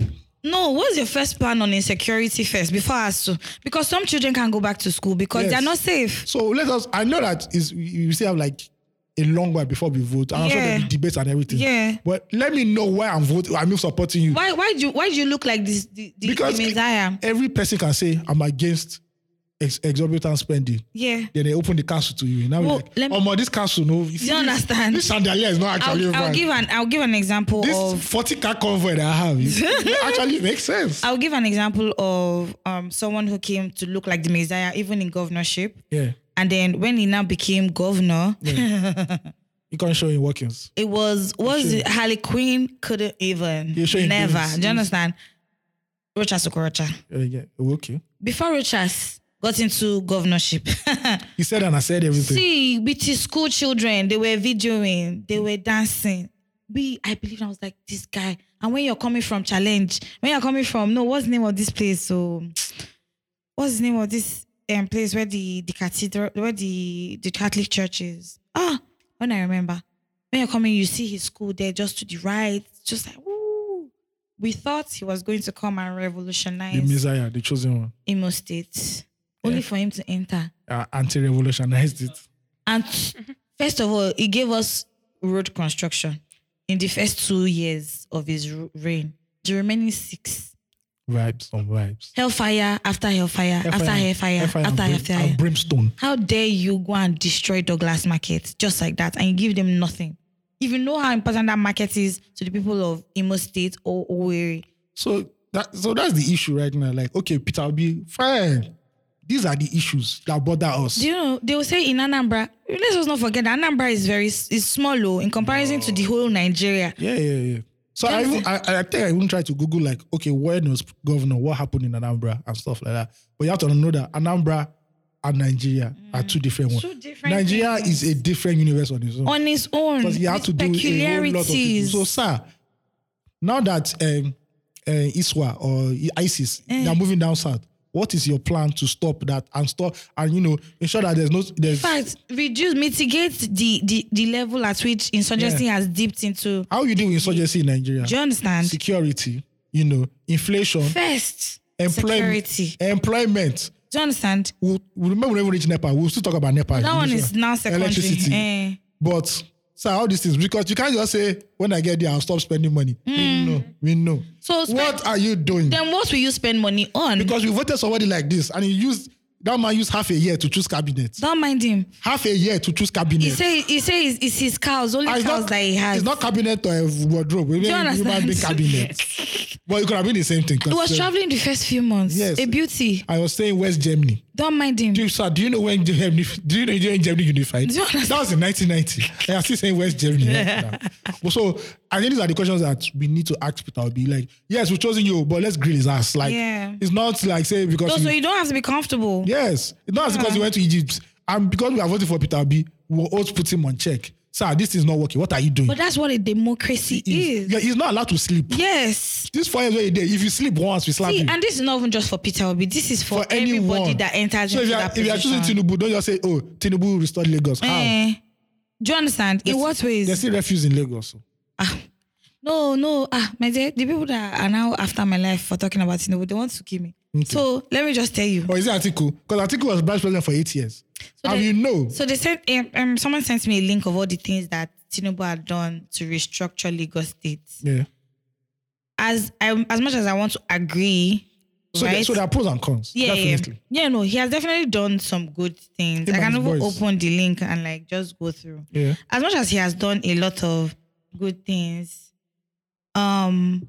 No, what's your first plan on insecurity first before us to? Because some children can go back to school because
Yes.
they're not safe.
So let us. I know that is we we still have like a long while before we vote. And I'm sure there'll be
Yeah.
debates and everything.
Yeah.
But let me know why I'm voting. I'm supporting you.
Why why do you why do you look like this the, the,
because
the Messiah?
every person can say I'm against ex- exorbitant spending.
Yeah.
Then they open the castle to you. Now
Well,
we're like,
let me-
oh, my, this castle, no. You, see,
don't
this-
understand.
This chandelier is not actually
I'll, I'll
fine.
give an I'll give an example
this
of
40 car convoy that I have it actually makes sense.
I'll give an example of um someone who came to look like the Messiah even in governorship,
yeah.
and then when he now became governor,
You can't show in workings.
it was was it Harley Quinn couldn't even
You're showing
never.
grace.
Do you understand? Rochas Okorocha.
Uh, yeah. Oh, Okay.
Before Rochas got into governorship.
He said and I said everything.
See, with his school children, they were videoing, they were dancing. We, I believe, I was like, this guy. And when you're coming from challenge, when you're coming from, no, what's the name of this place? So, what's the name of this um, place where the the cathedral, where the the Catholic church is? Ah, when I remember, when you're coming, you see his school there, just to the right, just like, ooh. We thought he was going to come and
the
revolutionize
Messiah, the chosen one,
Imo State, only for him to enter.
uh, anti-revolutionized it.
And first of all, he gave us road construction in the first two years of his ru- reign. The remaining six,
Vibes on vibes.
hellfire after hellfire, after hellfire,
and,
after
brim-
hellfire.
and brimstone.
How dare you go and destroy Douglas Market just like that and you give them nothing? If you know how important that market is to the people of Imo State or Owerri,
So that so that's the issue right now. Like, okay, Peter Obi, fine. These are the issues that bother us.
do you know they will say in Anambra? Let's just not forget that Anambra is very s- is small, oh, in comparison to the whole Nigeria.
Yeah, yeah, yeah. So I, even, I, I think I even tried to Google like, okay, when was governor? What happened in Anambra and stuff like that. But you have to know that Anambra and Nigeria are two different ones.
Mm. Two different
Nigeria
things.
is a different universe on its own
On its own,
because you have
with
to do a whole lot of people.
peculiarities.
So, sir, now that um, uh, ISWA or ISIS
Eh.
they're moving down south, what is your plan to stop that and stop and you know ensure that there's no there's
fact, reduce, mitigate the the, the level at which insurgency has dipped into.
how you deal with insurgency in Nigeria,
Do you understand?
security, you know, inflation,
First,
employment,
security.
employment.
Do you understand?
We'll, we'll remember when we reach NEPA, we'll still talk about NEPA.
That one is now secondary.
Electricity.
Eh.
But so all these things because you can't just say when I get there I'll stop spending money.
Hmm.
We know, we know.
So spend-
what are you doing?
Then what will you spend money on?
because we voted somebody like this and he used that man used half a year to choose cabinet.
Don't mind him.
Half a year to choose cabinet.
He say he say it's, it's his cows, only
And
cows that he has.
Ah, it's not cabinet or a wardrobe. We
you
human being
understand?
cabinet. but it could have been the same thing. 'cause,
he was
uh,
traveling the first few months.
Yes.
A beauty.
I was saying West Germany.
Don't mind him.
Do you, sir, do you know when Germany? Do you know when Germany unified?
Do you understand?
That was in 1990. I am still saying West Germany. right now. But so I think these are the questions that we need to ask Peter Obi. Like, yes, we've chosen you, but let's grill his ass. Like,
Yeah.
it's not like say because
No,
you-
so you don't have to be comfortable.
yes, it's not as
Hmm.
because he went to Egypt and because we are voting for Peter Obi, we'll also put him on check. Sir, this is not working. What are you doing?
But that's what a democracy
he's,
is.
yeah, he's not allowed to sleep.
Yes.
This four years where he did, if you sleep once, we slap
See,
you.
and this is not even just for Peter Obi. This is for,
for
everybody
anyone
that enters
so if
into
you are,
that
if you are
position.
choosing Tinubu, don't just say, "Oh, Tinubu restored Lagos." How?
Eh. Do you understand? In what
There's
ways?
still refuse in Lagos. so.
No, no. Ah, my dear, the people that are now after my life for talking about Tinubu, they want to kill me. So let me just tell you.
Or is it Atiku? Because Atiku was branch president for eight years. and
they-
you know,
So they sent um, um, someone sent me a link of all the things that Tinubu had done to restructure Lagos State.
yeah.
As I, as much as I want to agree,
So, there,
right?
so there are pros and cons.
yeah, yeah,
definitely.
yeah. No, he has definitely done some good things.
Him
I can
and his
even
boys.
open the link and like just go through.
Yeah.
as much as he has done a lot of good things, um,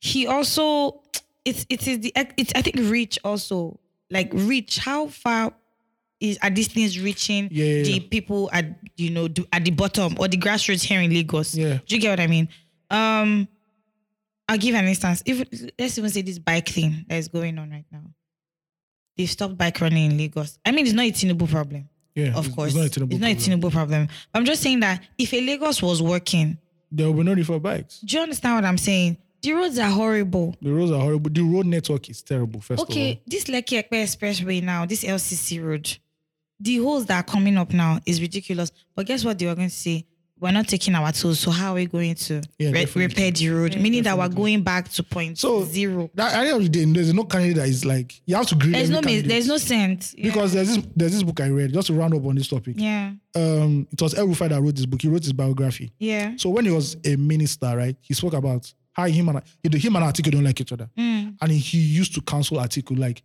he also it's it is the it's I think reach also like reach how far is are these things reaching
Yeah, yeah,
the
yeah.
people at you know do, at the bottom or the grassroots here in Lagos?
Yeah.
Do you get what I mean? Um, I'll give an instance. If let's even say this bike thing that is going on right now, they've stopped bike running in Lagos. I mean, it's not a Tinubu problem,
Yeah,
of
it's-
course.
It's not a Tinubu problem.
Tinubu problem. But I'm just saying that if a Lagos was working,
There will be no need for bikes.
do you understand what I'm saying? The roads are horrible.
The roads are horrible. The road network is terrible, first
Okay, this Lekki Ekpe Expressway now, this LCC road, the holes that are coming up now is ridiculous. But guess what they were going to say? We're not taking our tools, so how are we going to
Yeah,
re-
definitely.
repair the road? Meaning that we're going back to point
So,
zero.
of all. That, at the end of the day, there's no candidate that is like, you have to grill
There's
every
no mis-
candidate.
there's no sense. Yeah.
Because there's this there's this book I read, just to round up on this topic.
yeah,
Um, it was El Rufai that wrote this book. He wrote his biography.
yeah,
So when he was a minister, right, he spoke about how him and he, him and Atiku don't like each other,
Mm.
and he used to counsel Atiku like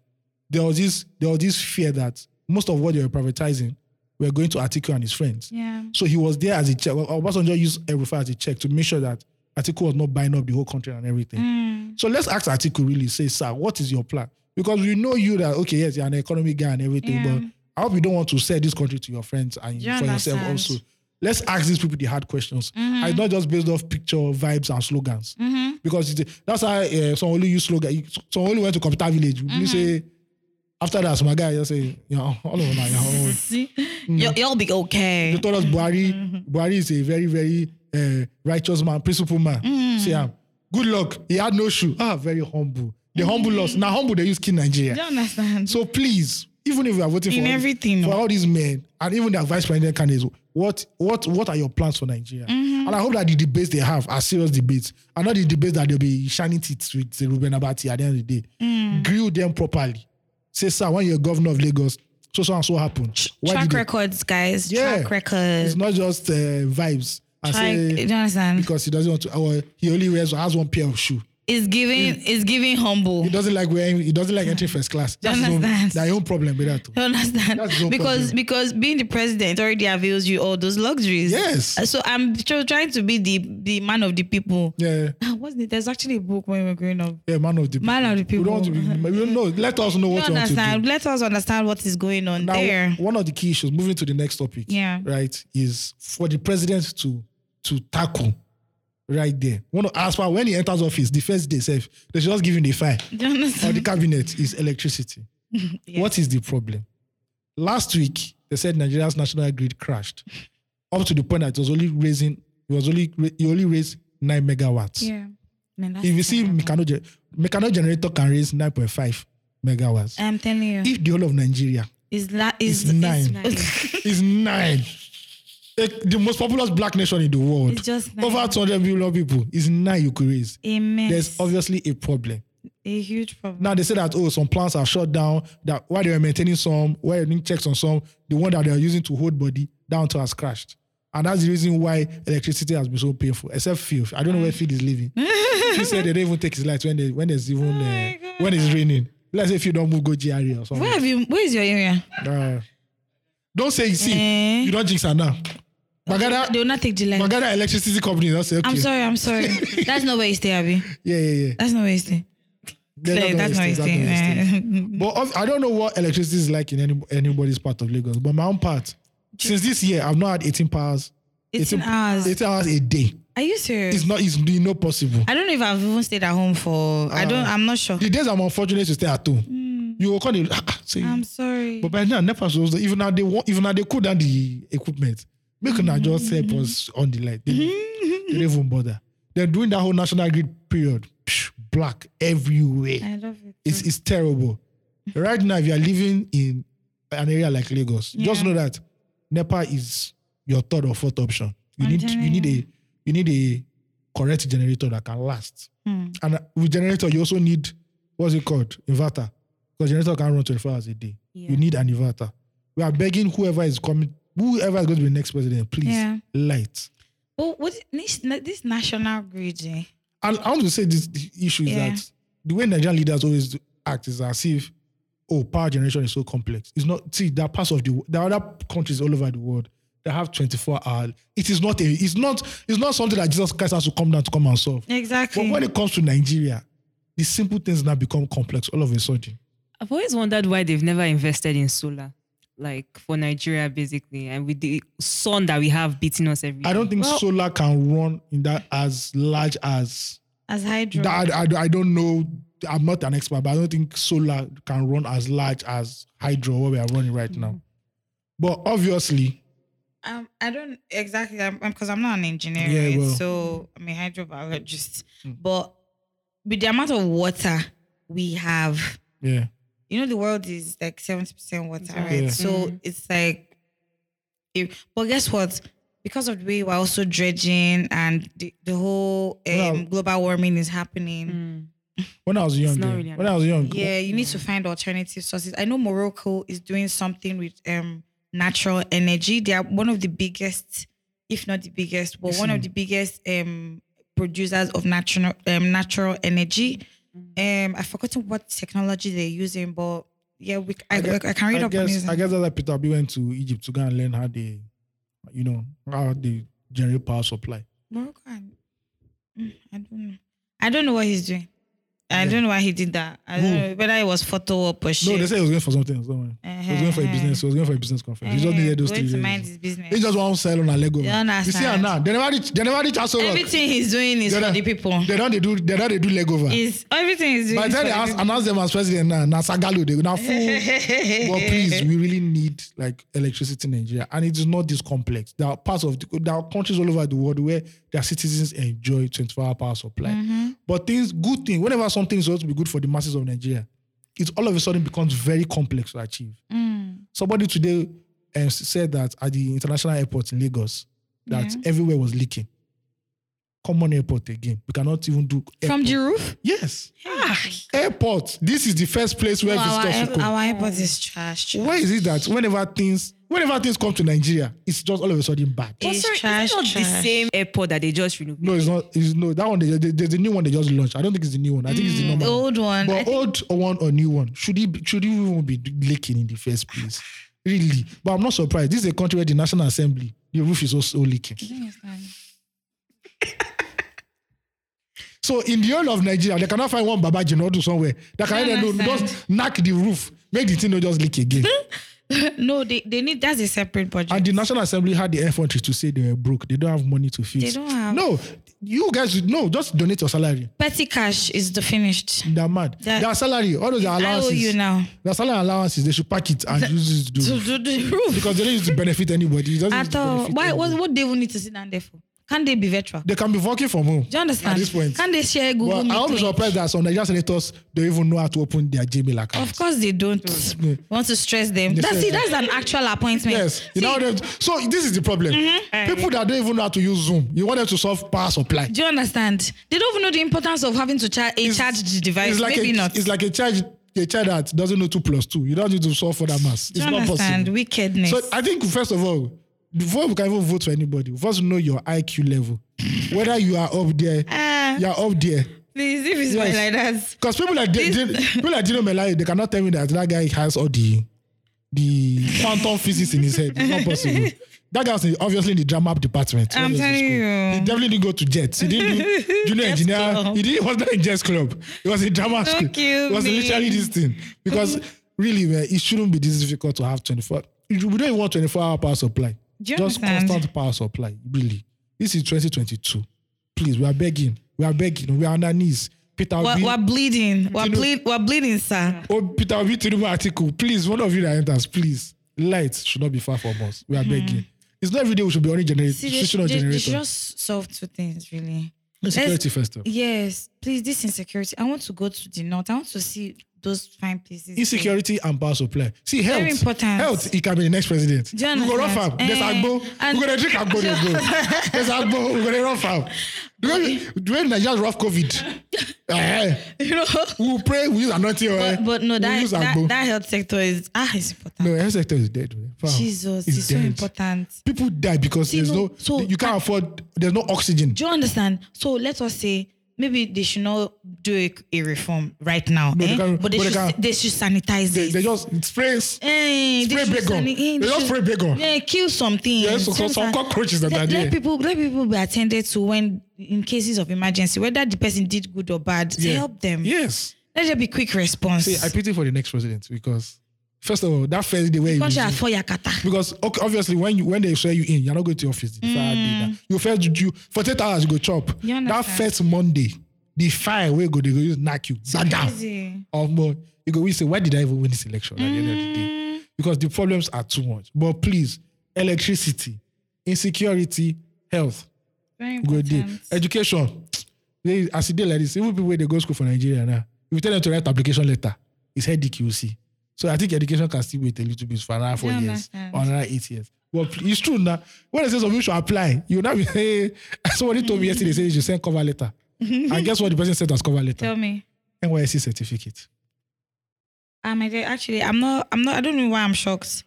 there was this there was this fear that most of what they were privatizing were going to Atiku and his friends.
yeah,
So he was there as a check. Well, Obasanjo used Erufai as a check to make sure that Atiku was not buying up the whole country and everything.
Mm.
So let's ask Atiku really, say, sir, what is your plan? Because we know you that, okay, yes, you're an economic guy and everything,
Yeah.
but I hope you don't want to sell this country to your friends and
Do you
for yourself
understand? Mm-hmm.
also. Let's ask these people the hard questions. And it's not just based off picture, vibes, and slogans. Because it, that's how uh, some only use slogan. Some only went to Capital Village.
Mm-hmm.
You say, after that, my guy just say, you know, all over now, you're all- Mm.
You'll, you'll be okay.
they told us Buhari,
Mm-hmm.
Buhari is a very, very uh, righteous man, principled man.
Mm.
See am. Good luck. He had no shoe. Ah, very humble.
Mm.
The humble lost. Now humble they use King Nigeria.
Do you understand?
So please, even if you are voting
In
for
everything,
for
no.
all these men and even their vice president candidates, what what what are your plans for Nigeria?
Mm-hmm.
And I hope that the debates they have are serious debates and not the debates that they'll be shining teeth with Ruben Abati at the end of the day.
Mm.
Grill them properly. Say, sir, when you're governor of Lagos, so so and so happened. Why
track
did they-
records, guys.
Yeah.
Track records.
it's not just uh, vibes. I
Track, do
say
you understand?
because he doesn't want to, or he only wears has one pair of shoe.
It's giving. It's giving humble.
He doesn't like wearing. He doesn't like entering first class. That's his own,
Understand.
their own problem with that.
You understand?
That's no
because
problem.
because being the president already avails you all those luxuries.
Yes.
Uh, So I'm tr- trying to be the the man of the people.
Yeah,
Ah, What's it? There's actually a book when we were growing up.
yeah, man of the
Man of the
We don't want to.
people.
Be, we don't know. Let us know
You
what you want to
understand?
do.
Let us understand what is going on
Now,
there.
one of the key issues. Moving to the next topic.
Yeah.
Right is for the president to to tackle. Right there. One of, as far when he enters office, the first day, self, they should just give him the fire.
Do you
or
understand?
the cabinet is electricity. What is the problem? Last week, they said Nigeria's national grid crashed up to the point that it was only raising, it was only, it only raised 9 megawatts.
Yeah. Man, that's
If you see
terrible.
mechano, gen- mechano generator can raise 9.5 megawatts.
I'm telling you,
if the whole of Nigeria
is that is
is 9,
nine.
is 9, eh, the most populous black nation in the world,
It's just nine.
over 200 million people, is 9 you could raise.
a mess,
There's obviously a problem.
a huge problem.
Now they say that oh, some plants are shut down. That while they were maintaining some, while they doing checks on some, the one that they are using to hold body down to has crashed, and that's the reason why electricity has been so painful. Except Phil, I don't know where Phil is living. he said they don't even take his lights when they when there's even
Oh
uh, when it's raining. Let's say if you don't move, go GRE or
Where
something.
have you? Where is your area?
Uh, don't say you see
Eh.
you don't jinx her now.
They
Bagada,
will not take the line.
Bagada electricity company. That's okay.
I'm sorry. I'm sorry. That's not where you stay, Abby.
Yeah, yeah, yeah.
That's not where you stay. Babe,
not
that's not
his
his
thing, that's not his
thing, Eh.
thing. but of- I don't know what electricity is like in any, anybody's part of Lagos. But my own part, since this year, I've not had 18 hours.
18 hours.
18 hours a day.
Are you serious?
It's not. It's not possible.
I don't know if I've even stayed at home for. I
Uh,
don't. I'm not sure.
The days I'm unfortunate to stay at home,
Hmm.
you will call the say.
I'm sorry.
but by now, never supposed to- even now they want, even now they cool down the equipment. Make mm just help us on the light. They, they don't even bother. They're doing that whole national grid period. Psh, black everywhere.
I love it.
It's, it's terrible. Right now, if you are living in an area like Lagos, just know that NEPA is your third or fourth option. You need you need a you need a correct generator that can last.
Hmm,
And with generator, you also need what's it called? Inverter. Because generator can run 24 hours a day. You need an inverter. We are begging whoever is coming, whoever is going to be the next president, please
Yeah.
light.
But what this, this national grid? Eh?
And I want to say this the issue is
Yeah.
that the way Nigerian leaders always do- act is as if, oh, power generation is so complex. It's not, see, there are parts of the wo- there are other countries all over the world that have 24 hour. It is not a, it's not, it's not something that Jesus Christ has to come down to come and solve.
Exactly.
But when it comes to Nigeria, the simple things now become complex all of a sudden.
I've always wondered why they've never invested in solar. like for Nigeria basically, and with the sun that we have beating us every.
I don't
day.
think
Well-
solar can run in that as large as
As hydro.
that. I, I- I don't know. I'm not an expert, but I don't think solar can run as large as hydro what we are running right now.
Mm-hmm.
But obviously,
Um, I don't exactly because I'm, 'cause I'm not an engineer,
Yeah,
right?
well. Hmm.
so I'm a hydrobiologist. But with the amount of water we have,
yeah,
you know, the world is like seventy percent water, right?
Yeah. Mm-hmm.
So it's like, if, but guess what? Because of the way we're also dredging and the, the whole um,
Well-
global warming is happening,
Mm.
when I was young,
not
eh,
really an
when I was young,
yeah, you need to find alternative sources. I know Morocco is doing something with um natural energy. They are one of the biggest, if not the biggest, but one of the biggest um producers of natural um, natural energy. Um, I've forgotten what technology they're using, but yeah, we, I, I, can read
I
up on
guess
it.
I guess that's why Peter B went to Egypt to go and learn how they, you know, how they generate power supply.
Morocco, and- mm, I don't know. I don't know what he's doing. I don't know why he did that. I don't
Who?
know whether it was photo op or shit.
No, they said he was going for something. else, Don't worry. He was going for a
Uh-huh.
business. He was going for a business conference. He just needed those
Going
three.
to
days.
mind his business.
He just want to sell on a Lego.
You
man. You see, and
understand?
now they never reach. They never reach us over.
Everything he's doing is
They
for
don't-
the people.
They don't. They do. They don't. They do Lego. over.
Is everything is
By
doing
the
is
time
for
they
the
ask,
people.
announce them as president now, now Sagalo, they will now fool. but please, we really need like electricity in Nigeria, and it is not this complex. There are parts of the, there are countries all over the world where their citizens enjoy 24-hour power supply.
Mm-hmm.
But things, good thing, whenever something is supposed to be good for the masses of Nigeria, it all of a sudden becomes very complex to achieve.
Mm.
Somebody today um, said that at the international airport in Lagos, that everywhere was leaking. Common airport again. We cannot even do
From
airport.
the roof?
Yes. Airport. This is the first place where
our,
visitors should
air-
come.
our airport is trash. trash.
Why is it that whenever things whenever things come to Nigeria, it's just all of a sudden bad?
But
It's
sorry, is it
trash,
not the
trash.
same airport that they just renovated.
No, it's not. It's no that one. They, they, there's a new one they just launched. I don't think it's the new one. I think it's the
Mm, The
normal. one.
old one. I
But oh.
think
old one or new one should it be- should it even be leaking in the first place? Really? But I'm not surprised. This is a country where the National Assembly the roof is also leaking. So in the whole of Nigeria, they cannot find one Baba Jinodu somewhere. They can
I
either do-
understand.
just knock the roof, make the thing not just leak again.
no, they, they need that's a separate budget.
And the National Assembly had the infantry to say they were broke. They don't have money to fix.
They don't have-
No, you guys, no, just donate your salary.
Petty cash is the finished.
They're mad.
That-
their salary, all of their
I owe
allowances. Mm.
you now.
Their salary allowances, they should pack it and use it to
To
do.
do the roof.
Because they don't use it to benefit anybody. It doesn't
At all.
benefit
Why what
anybody.
what they even need to sit down there for? Can't they be virtual?
They can be working from home.
Do you understand?
At this point.
Can't they share
But
Google
I
Meet
always
link?
surprised that some Nigerian senators don't even know how to open their Gmail account.
Of course they don't. We want to stress them.
They
That's
said-
it. That's an actual appointment.
Yes. You know them- so this is the problem.
Mm-hmm.
People that don't even know how to use Zoom, you want them to solve power supply.
Do you understand? They don't even know the importance of having to eh, charge a charged device.
It's like
Maybe
a,
not.
It's like a child, a child that doesn't know two plus two. You don't need to solve for that mass.
Do
It's
you
not
understand?
possible.
Wickedness.
So I think first of all, before we can even vote for anybody, we first know your IQ level, whether you are up there,
Ah.
you are up there.
Please, if it's
Yes.
like that.
Because people like they, they, people like Dino Melai, they cannot tell me that that guy has all the the quantum physics in his head. It's not possible. That guy's in- obviously in the drama department.
I'm
Obviously
telling
school.
you.
He definitely didn't go to jets. He didn't do junior engineer.
club.
He didn't, he was not in jets club. It was in drama
Don't
school.
kill
it was
me.
literally this thing. Because really, man, it shouldn't be this difficult to have 24. We don't even want 24 hour power supply.
Do you
Just
understand?
constant power supply, really. This is 2022. Please, we are begging. We are begging. We are on our knees. Peter
We're,
Obi-
we're bleeding. We're,
You know-
bleed, we're bleeding, sir.
Oh, Peter Obi Tinubu article. Please, one of you that enters, please. Light should not be far from us. We are begging. It's not every day we should be only generating.
Hmm. See, they,
should not
they- they
generate.
should just e- solve two things, really.
Security first. though.
Yes, please, this insecurity. I want to go to the north. I want to see those fine places.
Insecurity and power supply. See, health.
Very important.
Health, it can be the next president.
Do you
we go rough
understand?
up. There's
Eh,
Agbo.
and-
We're going to drink Agbo. There's go. There's Agbo. We're going to rough up. Because when Nigeria's rough COVID, eh,
You know?
we'll pray, we use anointing. oil,
But, but no,
we'll
that,
use
that,
Agbo.
that health sector is ah, it's important.
No, health sector is dead. man. Fam,
Jesus, it's, so
dead.
important.
People die because
See,
there's
no,
no,
so
you can't afford, there's no oxygen.
Do you understand? So let us say maybe they should not do a, a reform right now,
No, they
eh?
can't-
but, they,
but they
should,
can't.
they should sanitize
They,
it.
they just it sprays.
Eh,
spray
should
bacon.
sani- eh,
They just
should-
spray bacon.
Yeah, kill something.
Yeah, so- so- some cockroaches that are
let,
there.
let people let people be attended to when in cases of emergency, whether the person did good or bad,
Yeah.
help them.
Yes.
Let there be quick response.
See, I pity for the next president because First of all, that first day where you
Because you are
resume-
for Yakata.
because okay, obviously when you when they swear you in, you're not going to your office the Friday. na. You first you, you for eight hours you go chop.
Mm. You
that
understand?
first Monday, the fire where go they go use knock you. Zaga.
Easy.
Or more. You go, we say, why did I even win this election at the end of the
Mm.
day? Because the problems are too much. But please, electricity, insecurity, health,
Very
go there.
important.
Education. They, as a day like this, even people where they go school for Nigeria now, if you tell them to write application letter, it's headache you will see. So I think education can still wait a little bit for another four
Yeah,
years,
understand.
or another eight years. But pl- it's true now. When I say something should apply, you now be hey, somebody told me yesterday say you should send cover letter. and guess what the person sent as cover
Tell
letter?
me.
NYSC certificate.
Um, I did- actually, I'm not, I'm not, I don't know why I'm shocked.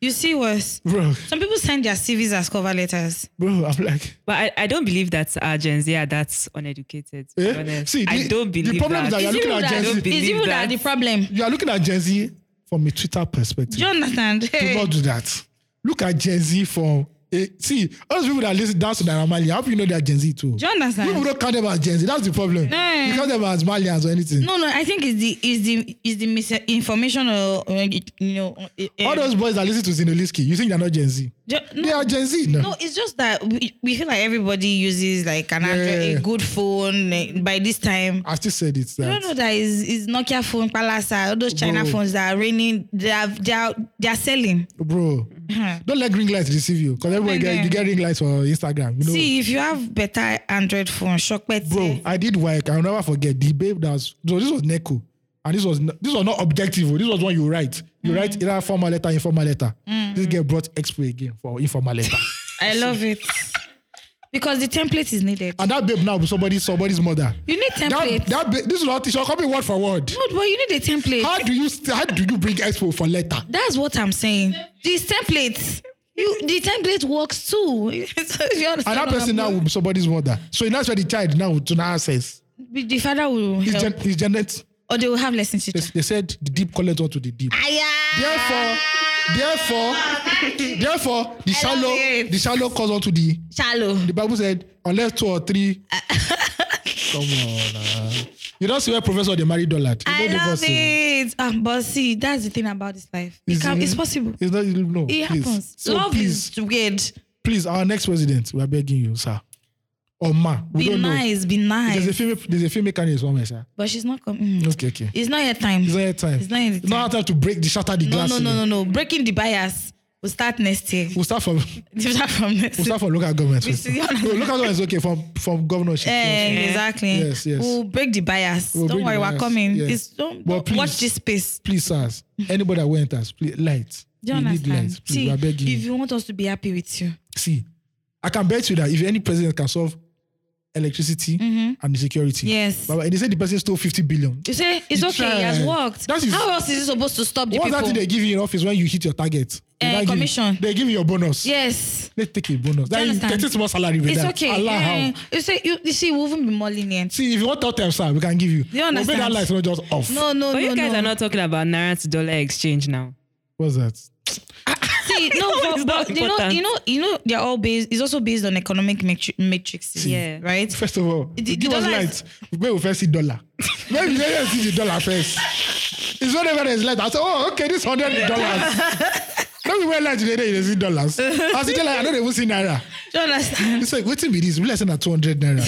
You see, worse.
bro,
Some people send their CVs as cover letters.
bro, I'm like,
But I, I don't believe that our Gen Z are that uneducated. To be
eh?
honest.
See, the,
I don't
the
believe
problem is that
that.
you're
Is it
looking
you
at
that-
Gen
I don't
Z.
believe
It's you that are
that.
the problem.
You are looking at Gen Z from a Twitter perspective.
Do you understand?
do not do that. Look at Gen Z from eh, see all those people that listen dance to Naira Marley. How do you know they are Gen Z too?
Do you understand?
People don't count them as Gen Z. That's the problem.
No.
You count them as Malians or anything.
No, no. I think it's the is the is the misinformation or, or you know. uh, uh,
All those boys that listen to Zinoliski, you think they're not Gen Z?
ju-
They
no,
are Gen Z. No.
no, it's just that we, we feel like everybody uses like an Android,
Yeah.
a good phone eh, by this time.
I still said it.
You
That,
don't know that is is Nokia phone, Palasa, all those China
Bro.
phones that are raining. They are they are they are selling.
Bro,
Huh.
don't let green lights deceive you. Because everybody
Amen.
get, you get ring lights for Instagram. You know.
See, if you have better Android phone, eh, shock better.
Bro, I did work. I'll never forget the babe that was. So this was Neko, and this was n- this was not objective. oh, This was one you write. You write
Mm.
either formal letter, informal letter. This girl brought expo again for informal letter,
I love it because the template is needed.
and that babe now be somebody somebody's mother.
You need
That,
template.
that babe, this is not teacher. Copy word for word.
no, but you need a template.
How do you st- how do you bring expo for letter?
That's what I'm saying. These templates. You, the template works too. so if you
And
understand
that
what
person now
I'm-
will be somebody's mother. So that's where the child now to now says
the father will
his
help,
gen- his genet.
or they will have lesson
They,
teacher.
they said the deep calleth unto the deep. Therefore, therefore, therefore, the shallow,
it.
the shallow calls unto the.
Shallow.
The Bible said, unless two or three. Come on, ah. you don't see where professor they marry dollar.
I love it. Um, but see, that's the thing about this life. It can, it's possible.
It's not. No,
It
please.
happens.
So
Love
please,
is weird.
please, our next president, we are begging you, sir, or ma, we
Be
don't
nice. Be
know. There's a
nice.
female. There's a female candidate somewhere, sir.
But she's not coming. Mm.
Okay, okay.
It's not yet time.
It's not yet time.
It's not yet
It's not time to break the shatter the
No,
glass.
no,
ceiling.
no, no, no. Breaking the bias. We'll start next year.
We'll start from.
We'll start from next.
We'll start from local government.
We
first.
see-
No, local government is okay from from governorship.
Eh, exactly.
Yes, yes.
We'll break the bias.
We'll
don't
break the
worry, we're
bias,
coming.
yes.
It's, don't,
But
don't- watch
please-
this space.
Please, sirs, anybody that went us, please, light.
Do you
we need
understand?
light. Please, we are begging.
if
you.
you want us to be happy with you,
See, I can bet you that if any president can solve electricity and the security,
Mm-hmm. Yes.
but but they said the person stole fifty billion.
you say it's
You
okay. It has
try.
worked.
That is-
How else is it supposed to stop the
What's that
people?
thing they give you in office when you hit your target? They
Eh,
now give you-
commission.
they give you your bonus.
yes.
Let's take a bonus. That is
understand?
get small salary with
It's
that.
okay.
Allah, how?
Eh, You say you, you see, we'll even be more lenient.
See, if you want top time, sir, we can give you.
You
But make that
understand?
light not just off.
No, no, no,
But you guys
no.
are not talking about naira to dollar exchange now.
What's that?
see, no, but,
It's
but
not
you know,
important.
you know, you know, they're all based. It's also based on economic matri- matrices,
Yeah.
right?
First of all,
The-
give
the
us
dollar
light.
is-
Maybe we first see dollar. Maybe let's see the dollar first. It's whenever there's light. I say, oh, okay, this hundred dollars. Let me wear light today. They see dollars. I see dollar. I don't even see naira.
Do you understand?
It's like waiting be this. We less than two hundred naira.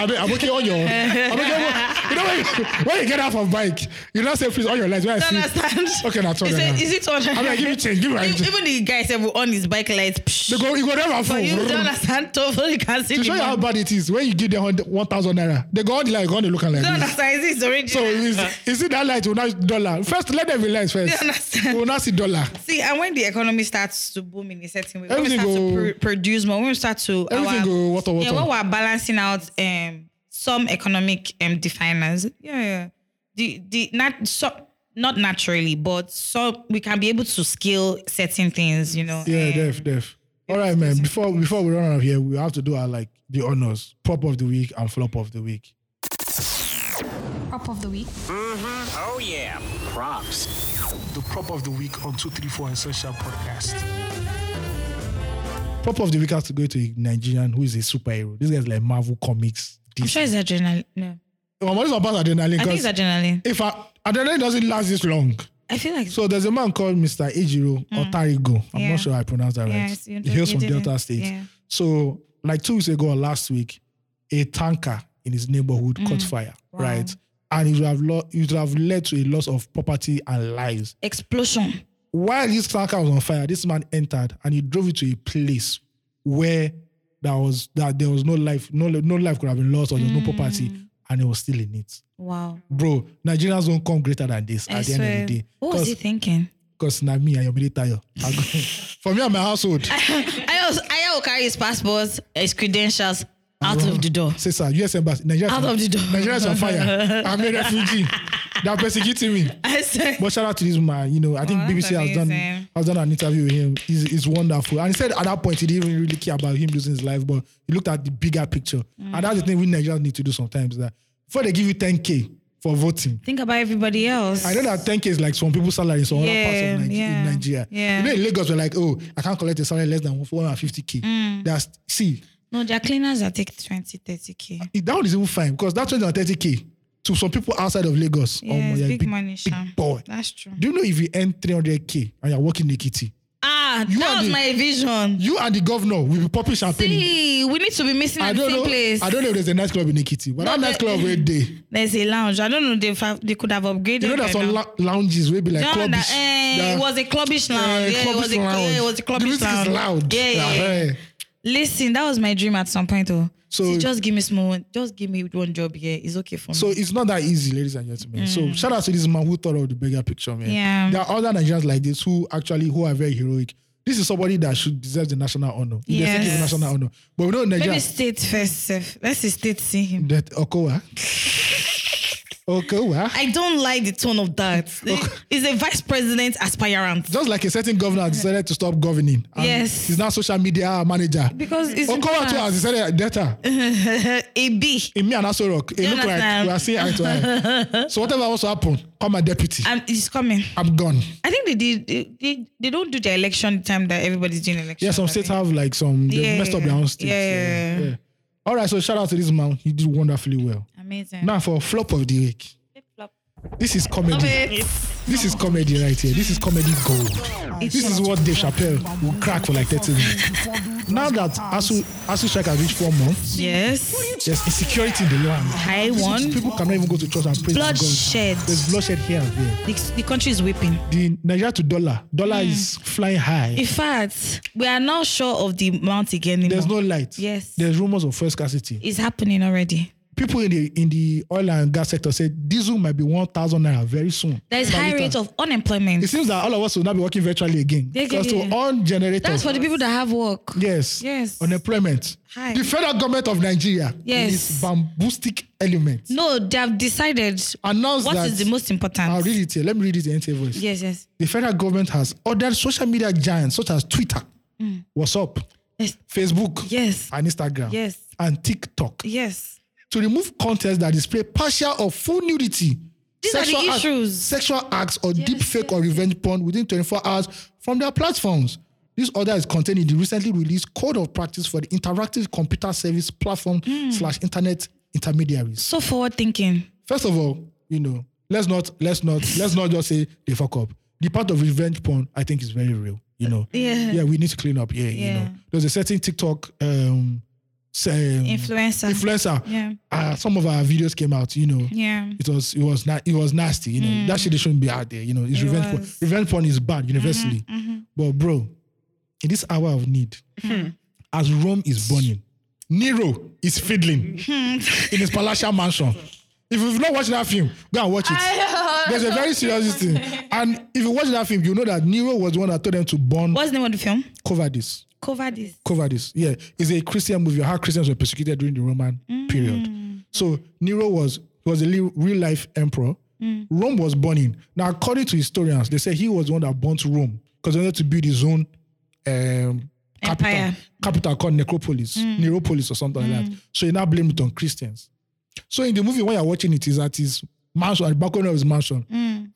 I mean, I'm okay on your. I'm okay on, you know when you, when you get off of bike, you not say please on your lights. Where I
Do
see.
you understand?
Okay, now two
He
hundred.
said,
naira.
Is it on?
I'm like, give me change. Give me. my change.
Even the guy said, "We're on his bike lights."
They
psh,
go. You go never
But you don't
fool.
understand. Totally can see
To
the
show you how
money.
bad it is, when you give them hundred- one thousand naira, they go on the light, go on the looking like
Do you
this.
understand? Is this original?
So is, is it that light will not dollar? First, let them realize first.
You understand?
We will not see dollar.
See, and when the economy starts to boom in a certain way, when we
Everything
start to
go-
pr- produce more, when we start to
Everything go water, water.
yeah, when we're balancing out um some economic um definers, yeah, yeah. the the not so not naturally, but so we can be able to scale certain things, you know.
Yeah,
um,
def, def. All right, man. Before before we run out of here, we have to do our like the honors, prop of the week and flop of the week.
Prop of the week.
Oh yeah, props.
the prop of the week on 234 Essential Podcast.
Prop of the week has to go to a Nigerian who is a superhero. This guy's like Marvel comics. Oh,
I'm
This.
sure it's adrenaline. No,
I'm always about adrenaline.
I think it's
'cause
adrenaline.
if I, adrenaline doesn't last this long,
I feel like
So there's a man called Mr. Ejiro Otarigo. I'm
Hmm. Yeah.
not sure I pronounced that right.
Yes, you
he hails
don't-
from
you
Delta
didn't.
State.
Yeah.
So like two weeks ago or last week, a tanker in his neighborhood
Hmm.
caught fire, right? And it would have lo- it would have led to a loss of property and lives.
explosion.
While this tanker was on fire, this man entered and he drove it to a place where there was that there was no life, no no life could have been lost or there was no
Hmm.
property, and it was still in it.
Wow.
Bro, Nigerians don't come greater than this
I
at the
swear.
end of the day.
What was
'Cause-
he thinking?
because na me and your military. I go- For me and my household,
I also, I will carry his passports, his credentials out of the door.
say sir, U.S. embassy, Nigeria,
Out of the door.
Nigeria's on fire. I'm a refugee. They're persecuting me.
I said,
But shout out to this man. You know, I think
Oh, that's
BBC has done
amazing.
has done an interview with him. He's, he's wonderful. And he said at that point he didn't even really care about him losing his life, but he looked at the bigger picture. And that's the thing we Nigerians need to do sometimes. That before they give you 10k for voting,
think about everybody else.
I know that 10k is like some people's salary in some other parts
Yeah,
of Nigeria.
yeah,
in Nigeria.
yeah.
You know, in Lagos, we're like, oh, I can't collect a salary less than 150k.
Mm.
That's see,
No, their cleaners are taking 20, 30k.
it- that one is even fine because that's 130k to some people outside of Lagos.
Yeah,
Omo,
it's
you're a
big, money, Sham.
big boy.
That's true.
Do you know if you earn 300k and you're working in Ekiti,
Ah,
You are
that was
the-
my vision.
you and the governor will be popping champagne. in-
See, we need to be missing
I
at the
don't
same
know.
place.
I don't know if there's a nightclub in Ekiti, but that
No,
nightclub
but-
where day.
There's a lounge. I don't know. They have, they could have upgraded.
You know, there's
by
some
now.
lou- lounges where be like
No,
clubs.
that- eh, it was a clubbish lounge. Yeah, it was a yeah, it was a
the
clubbish
music is
lounge.
loud.
Yeah, yeah, yeah.
Eh.
Listen, that was my dream at some point though.
So-
So just give me small, just give me one job here. It's okay for me.
So it's not that easy, ladies and gentlemen. So shout out to this man who thought of the bigger picture, man.
Mm. Yeah.
There are other Nigerians like this who actually who are very heroic. This is somebody that should deserve the national honor. If they think it's
Yes.
national honor. But we know in
Let
Nigeria
me state first, Seth. Let's see state see him.
that Okowa. Okowa.
I don't like the tone of that. He's a vice president aspirant.
Just like a certain governor has decided to stop governing. and
Yes.
He's now social media manager.
Because it's
Okowa too
a
has decided data.
AB.
In me and Aso Rock, it look like
understand?
we are seeing eye to eye. so whatever wants to happen, call my deputy.
Um, he's coming.
I'm gone.
I think they did. They, they, they don't do the election time that everybody's doing election.
Yeah, some
I
states
think.
have like some they
Yeah,
messed up
yeah,
their own
yeah.
states.
Yeah, yeah, yeah.
All right, so shout out to this man. He did wonderfully well.
Amazing.
Now for flop of the week. This is comedy. This is comedy right here. This is comedy gold. This is what Dave Chappelle will crack for like 30 minutes. Now that Asu Asu Strike has reached four months,
Yes.
there's insecurity in the land.
I won.
People cannot even go to church and praise God.
Bloodshed.
There's bloodshed here and there.
The, the country is whipping.
The Nigeria to dollar, dollar
Hmm.
is flying high.
In fact, we are not sure of the amount again. Anymore.
There's no light.
Yes.
There's rumors of fuel scarcity.
It's happening already.
people in the in the oil and gas sector said diesel might be one thousand naira very soon.
There is
Per
high
litre.
rate of unemployment.
It seems that all of us will not be working virtually again
Yeah, yeah,
because
yeah.
to on generators.
That's for the people that have work.
Yes.
Yes.
Unemployment.
Hi.
The federal government of Nigeria.
Yes.
Is bambustic element.
No, they have decided
Announced
what
that.
is the most important.
I'll read it here. Let me read it in NTA voice.
Yes, yes.
The federal government has ordered social media giants such as Twitter, WhatsApp,
Mm. Yes.
Facebook,
Yes.
and Instagram,
Yes.
and TikTok
Yes.
to remove content that display partial or full nudity.
These are the
acts-
issues.
sexual acts or deep fake or revenge porn within 24 hours from their platforms. This order is contained in the recently released Code of Practice for the Interactive Computer Service Platform slash Internet Intermediaries.
Hmm. So forward thinking.
First of all, you know, let's not let's not let's not just say they fuck up. The part of revenge porn, I think, is very real. You know,
Yeah.
yeah, we need to clean up. Yeah, you know,
Yeah.
there's a certain TikTok um, say,
Influencer.
influencer.
Yeah.
Uh, some of our videos came out, you know.
Yeah. Mm.
It was it was na- it was nasty, you know. That shit they shouldn't be out there, you know. It's revenge porn.
was. Mm-hmm,
Revenge porn is bad universally. But bro, in this hour of need,
Hmm.
as Rome is burning, Nero is fiddling
Hmm.
in his palatial mansion. If you've not watched that film, go and watch it. There's a very serious thing. And if you watch that film, you know that Nero was the one that told them to burn
What's the name of the film?
cover this
Cover this.
cover this. Yeah, it's a Christian movie. How Christians were persecuted during the Roman period. So Nero was was a li- real life emperor. Rome was burning. Now, according to historians, they say he was the one that burnt Rome because he wanted to build his own um, capital,
Empire.
capital called Necropolis, Neropolis, or something like that. So he now blamed it on Christians. So in the movie, when you're watching it, is at his mansion, at the balcony of his mansion,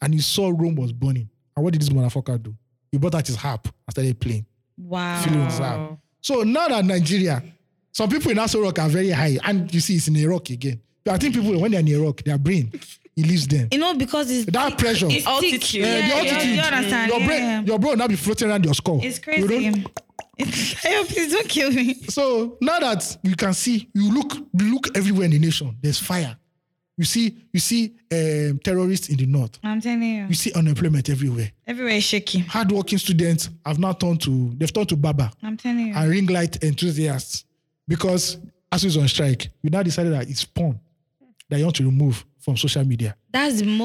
and he saw Rome was burning. And what did this motherfucker do? He brought out his harp and started playing
Wow.
feeling
Mm.
reserved. So now that Nigeria, some people in Aso Rock are very high, and you see it's in a rock again. But I think people, when they're in a rock, their brain it leaves them.
You know, because it's
That pressure.
It's
Altitude.
thick.
Yeah,
the
you-
altitude,
You understand?
your brain,
yeah.
your brain will now be floating around your skull.
It's
You
crazy.
don't-
Ayo, please don't kill me.
So now that you can see, you look you look everywhere in the nation. There's fire. You see, you see um, terrorists in the north.
I'm telling you,
You see unemployment everywhere.
everywhere is shaking.
Hardworking students have now turned to they've turned to Baba
I'm telling you.
and ring light enthusiasts because as is on strike, you now decided that it's porn that you want to remove from social media.
That's the
Excuse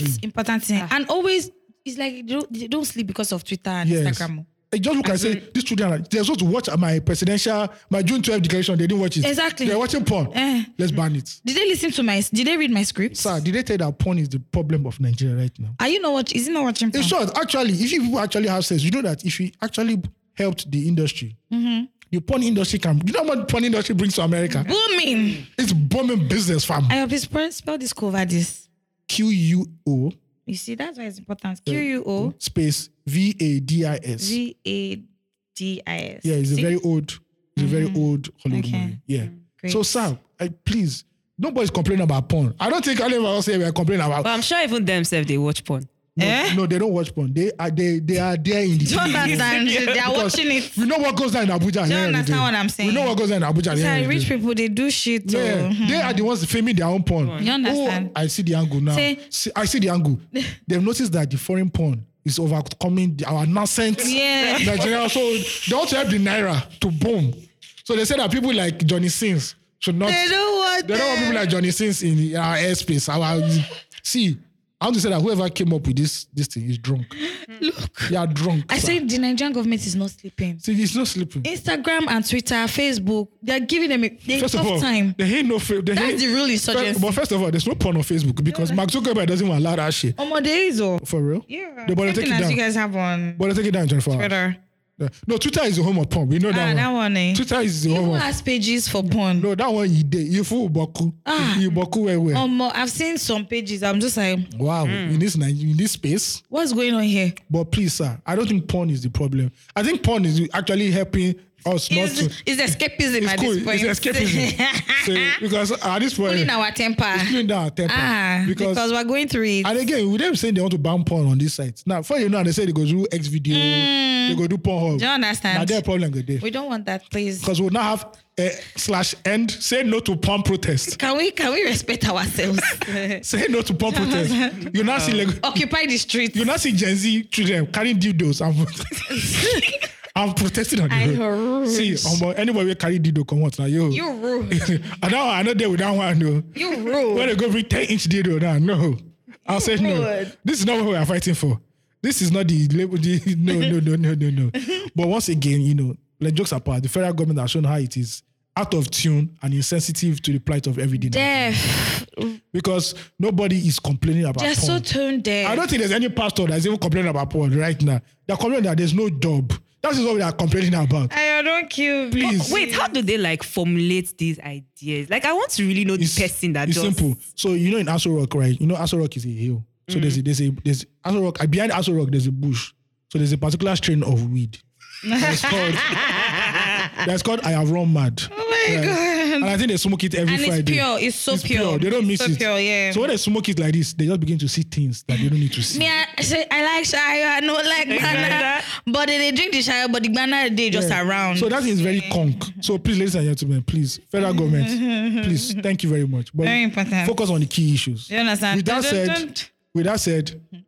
most
me.
important
Ah.
thing. And always, it's like they don't, they don't sleep because of Twitter and
Yes.
Instagram.
They just look and say, these children, are- they're supposed to watch my presidential, my June 12 declaration. They didn't watch it.
Exactly.
They're watching porn.
Eh.
Let's ban it.
Did they listen to my? Did they read my script?
Sir, did they tell you that porn is the problem of Nigeria right now?
Are you not watching? Is he not watching?
In
porn?
short, actually, if you people actually have sex, you know that if you actually helped the industry,
Mm-hmm.
the porn industry can. You know what porn industry brings to America?
Booming.
It's booming business, fam.
Mm-hmm. I please spell, spell this cover this.
Q U O
You see, that's why it's important. Q U O
space V A D I S.
V A D I S.
Yeah, it's a
See?
very old, it's a very old Hollywood
Mm-hmm. Okay. Mm,
movie. Yeah.
Great.
So, Sam, I, please, nobody's complaining about porn. I don't think any of us here we are complaining about.
But I'm sure even themselves they watch porn.
no,
Eh?
no, they don't watch porn. They are they they are there in the.
Do you understand? They are
Because
watching it.
We know what goes down in Abuja. at the
you
end of the
understand
day.
what I'm saying?
We know what goes down in Abuja. at the
It's
end
like
of the
rich
day.
people, they do shit. oh. too.
Yeah, they are the ones filming their own porn.
You understand?
Oh, I see the angle now.
Say-
See, I see the angle. They've noticed that the foreign porn is overcoming the, our nonsense
Yeah.
Nigeria. So they want to help the naira to boom. So they say that people like Johnny Sins should not.
They don't want
They don't want
them.
people like Johnny Sins in our airspace. Our see. I want to say that whoever came up with this this thing is drunk.
Look.
They are drunk.
I
sir.
say the Nigerian government is not sleeping.
See, it's not sleeping.
Instagram and Twitter, Facebook, they are giving them a they
First
tough
of all,
time.
they ain't no. Fa- they
That's
ain't-
the rule
First,
insurgency.
but first of all, there's no porn on Facebook because Mark Zuckerberg doesn't want to allow that shit.
Omo, there is oh.
For real?
Yeah.
They better
Same
take it
thing as
down.
you guys have on
But they take it down in 24 hours.
Twitter.
Yeah. No, Twitter is the home of porn. We know that
Ah,
one.
that one, eh.
Twitter is the home
Who
of
has pages for porn?
No, that one you did. You fool Boku.
Ah.
You Boku where where.
Omo, I've seen some pages. I'm just like,
wow. In this Ni- in this space.
what's going on here?
But please, sir, I don't think porn is the problem. I think porn is actually helping us not
Is
to
is escapism
it's
at
cool.
this point?
It's escapism. so, because at this point,
Pulling our temper.
it's cooling down our temper.
Ah, because,
because
we're going through it.
And again, with them saying they want to ban porn on this site. Now, for you know, they say they go do X video, they go do porn
Hmm. Do you understand?
Now, their problem go there.
we don't want that, please.
Because we'll now have a slash end, say no to porn protest.
Can we can we respect ourselves?
Say no to porn protest. You now see like,
Occupy the streets.
you now see Gen Z children carrying dildos and I'm protesting on the
I
road.
heard.
See, um, anybody will carry dildo come out now. Yo.
You rule.
I know I know they with that one though.
You rule.
When they go bring 10 inch dildo now, no. I'll say no.
Lord.
This is not what we are fighting for. This is not the label. The, no, no, no, no, no, no. but once again, you know, like jokes apart, the federal government has shown how it is out of tune and insensitive to the plight of everyday Nigerians.
deaf.
because nobody is complaining about
They're so
porn.
tone deaf.
I don't think there's any pastor that's even complaining about porn right now. They're complaining that there's no job. That is what they are complaining about.
I don't kill. me.
Please.
Wait, how do they like formulate these ideas? Like, I want to really know the person that
it's
does.
simple. So you know in Aso Rock, right? You know Aso Rock is a hill. So there's
Mm.
a there's a there's Aso Rock uh, behind Aso Rock there's a bush. So there's a particular strain of weed. That's called that's called I have run mad.
Oh my
Right.
god.
And I think they smoke it every
Oh, And
Friday.
it's pure. It's so
It's
pure.
They don't
It's
miss
so
it.
pure, yeah.
So when they smoke it like this, they just begin to see things that they don't need to see.
Me, I, I say I like shayo. I don't like banana. But they, they drink the shayo, but the banana they just
Yeah.
around.
So that is very conk. So please, ladies and gentlemen, please, federal government, please, thank you very much. But
Very important.
Focus on the key issues.
You understand?
With that
Don't-
said,
don't-
with that said, it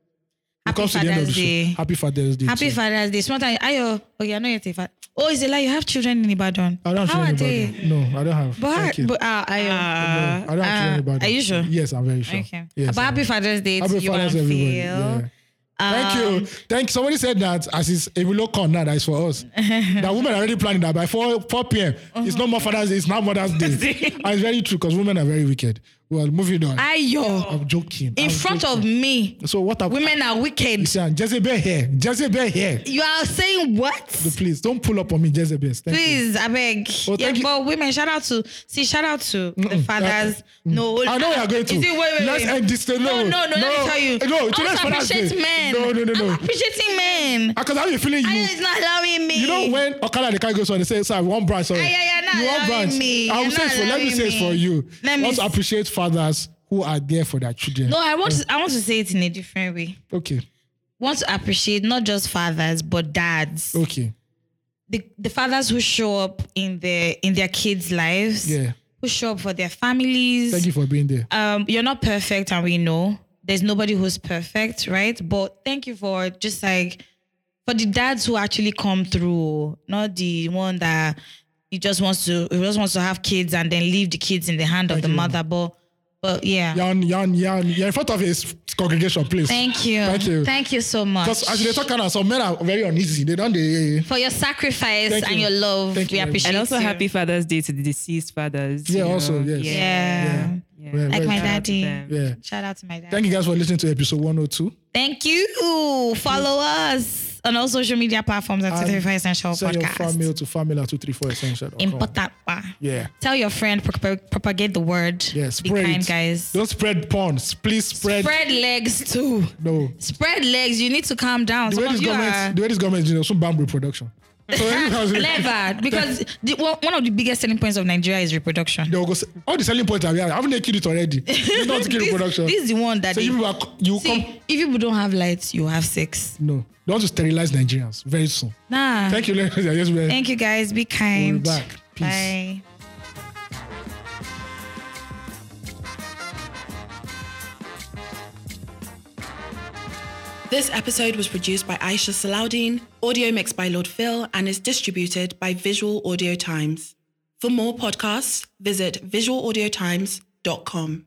Happy
comes to the end of the
Father's Day.
show. Happy Father's Day.
Happy
too.
Father's Day. Sometimes ayo. Okay, I know you're a father. Oh, is it like you have children in Ibadan?
I don't have
How are
children
they?
in Ibadan. No, I don't have.
But,
Thank you.
but uh, ayo.
No, I don't have children in
uh,
Ibadan.
are you sure?
Yes, I'm very sure.
okay.
Yes,
but
I'm
happy
very-
Father's Day to
Happy
you Um,
Father's
and
everybody.
Phil.
Yeah. Thank you. Thank somebody said that as is a low con now that is for us. that women are already planning that by 4 4 p.m.
Uh-huh.
It's not more Father's Day, it's not Mother's Day. and it's very true because women are very wicked. Well, moving on.
Ayo.
I'm joking.
In
I'm
front
joking.
of me,
So what happened?
women are wicked.
Jezebel here. Jezebel here.
You are saying what?
Please don't pull up on me, Jezebel. Thank you.
Please, I beg.
Oh,
yeah,
thank you.
but women, shout out to see, shout out to the
Mm-mm.
fathers. no,
I know we are going to.
Is it, wait, wait,
Let's
wait.
end this. No,
no, no, no, Let me tell you.
No,
I
today's
also
Father's
appreciate
Day.
men.
No, no, no, no.
I'm appreciating men.
Because Ah, how you feeling?
I
You,
know it's not allowing me.
you know when Okada the guy goes on, they say, "Sorry, one branch." Sorry,
Ah, yeah, yeah, not
you one
allowing
branch.
me.
I will
You're
say it
not
for. Let me
allowing
say it
me.
for you.
Let me
Let's
s-
appreciate fathers who are there for their children.
No, I want to, I want to say it in a different way.
Okay.
Want to appreciate not just fathers but dads.
Okay.
The, the fathers who show up in their in their kids' lives.
Yeah.
Who show up for their families.
Thank you for being there.
um, you're not perfect, and we know there's nobody who's perfect, right? But thank you for just like for the dads who actually come through, not the one that he just wants to he just wants to have kids and then leave the kids in the hand of the mother. But but yeah,
You're on, you're on, you're on, you're in front of his congregation, please.
thank you,
Thank you.
thank you so much
Because as they talk now, some men are very uneasy. They don't. They,
for your sacrifice
Thank
and
you.
your love.
Thank you
we
very much.
appreciate
And also,
you.
happy Father's Day to the deceased fathers.
Yeah,
you know.
also, yes.
Yeah.
Yeah.
yeah.
Yeah,
Like my
Shout
out to
daddy.
them.
yeah.
Shout out to my dad.
Thank you guys for listening to episode 102.
Thank you. Follow us on all social media platforms at
And
235 Essential
Send your fan
Podcast.
mail to family234 essential.
Important. pa.
Yeah.
Tell your friend, prop- propagate the word.
Yeah,
Be
spread
kind,
it.
guys.
Don't spread porn. Please spread.
Spread legs too.
No.
Spread legs. You need to calm down.
The
Some
way,
of
this
you
government,
are
the way this government is doing, some bamboo production. So
clever because the, one one of the biggest selling points of Nigeria is reproduction.
they will go, say, all the selling points are here. Haven't they killed it already? They don't kill
This,
reproduction.
this is the one that
so
they,
you people are, you
see,
come.
if people don't have lights, you have sex.
No. They want to sterilize Nigerians very soon.
Nah.
Thank you, ladies. and gentlemen.
Ah. Thank you guys. Be kind.
back. Peace.
Bye.
This episode was produced by Aisha Salaudin, audio mixed by Lord Phil, and is distributed by Visual Audio Times. For more podcasts, visit visualaudiotimes.com.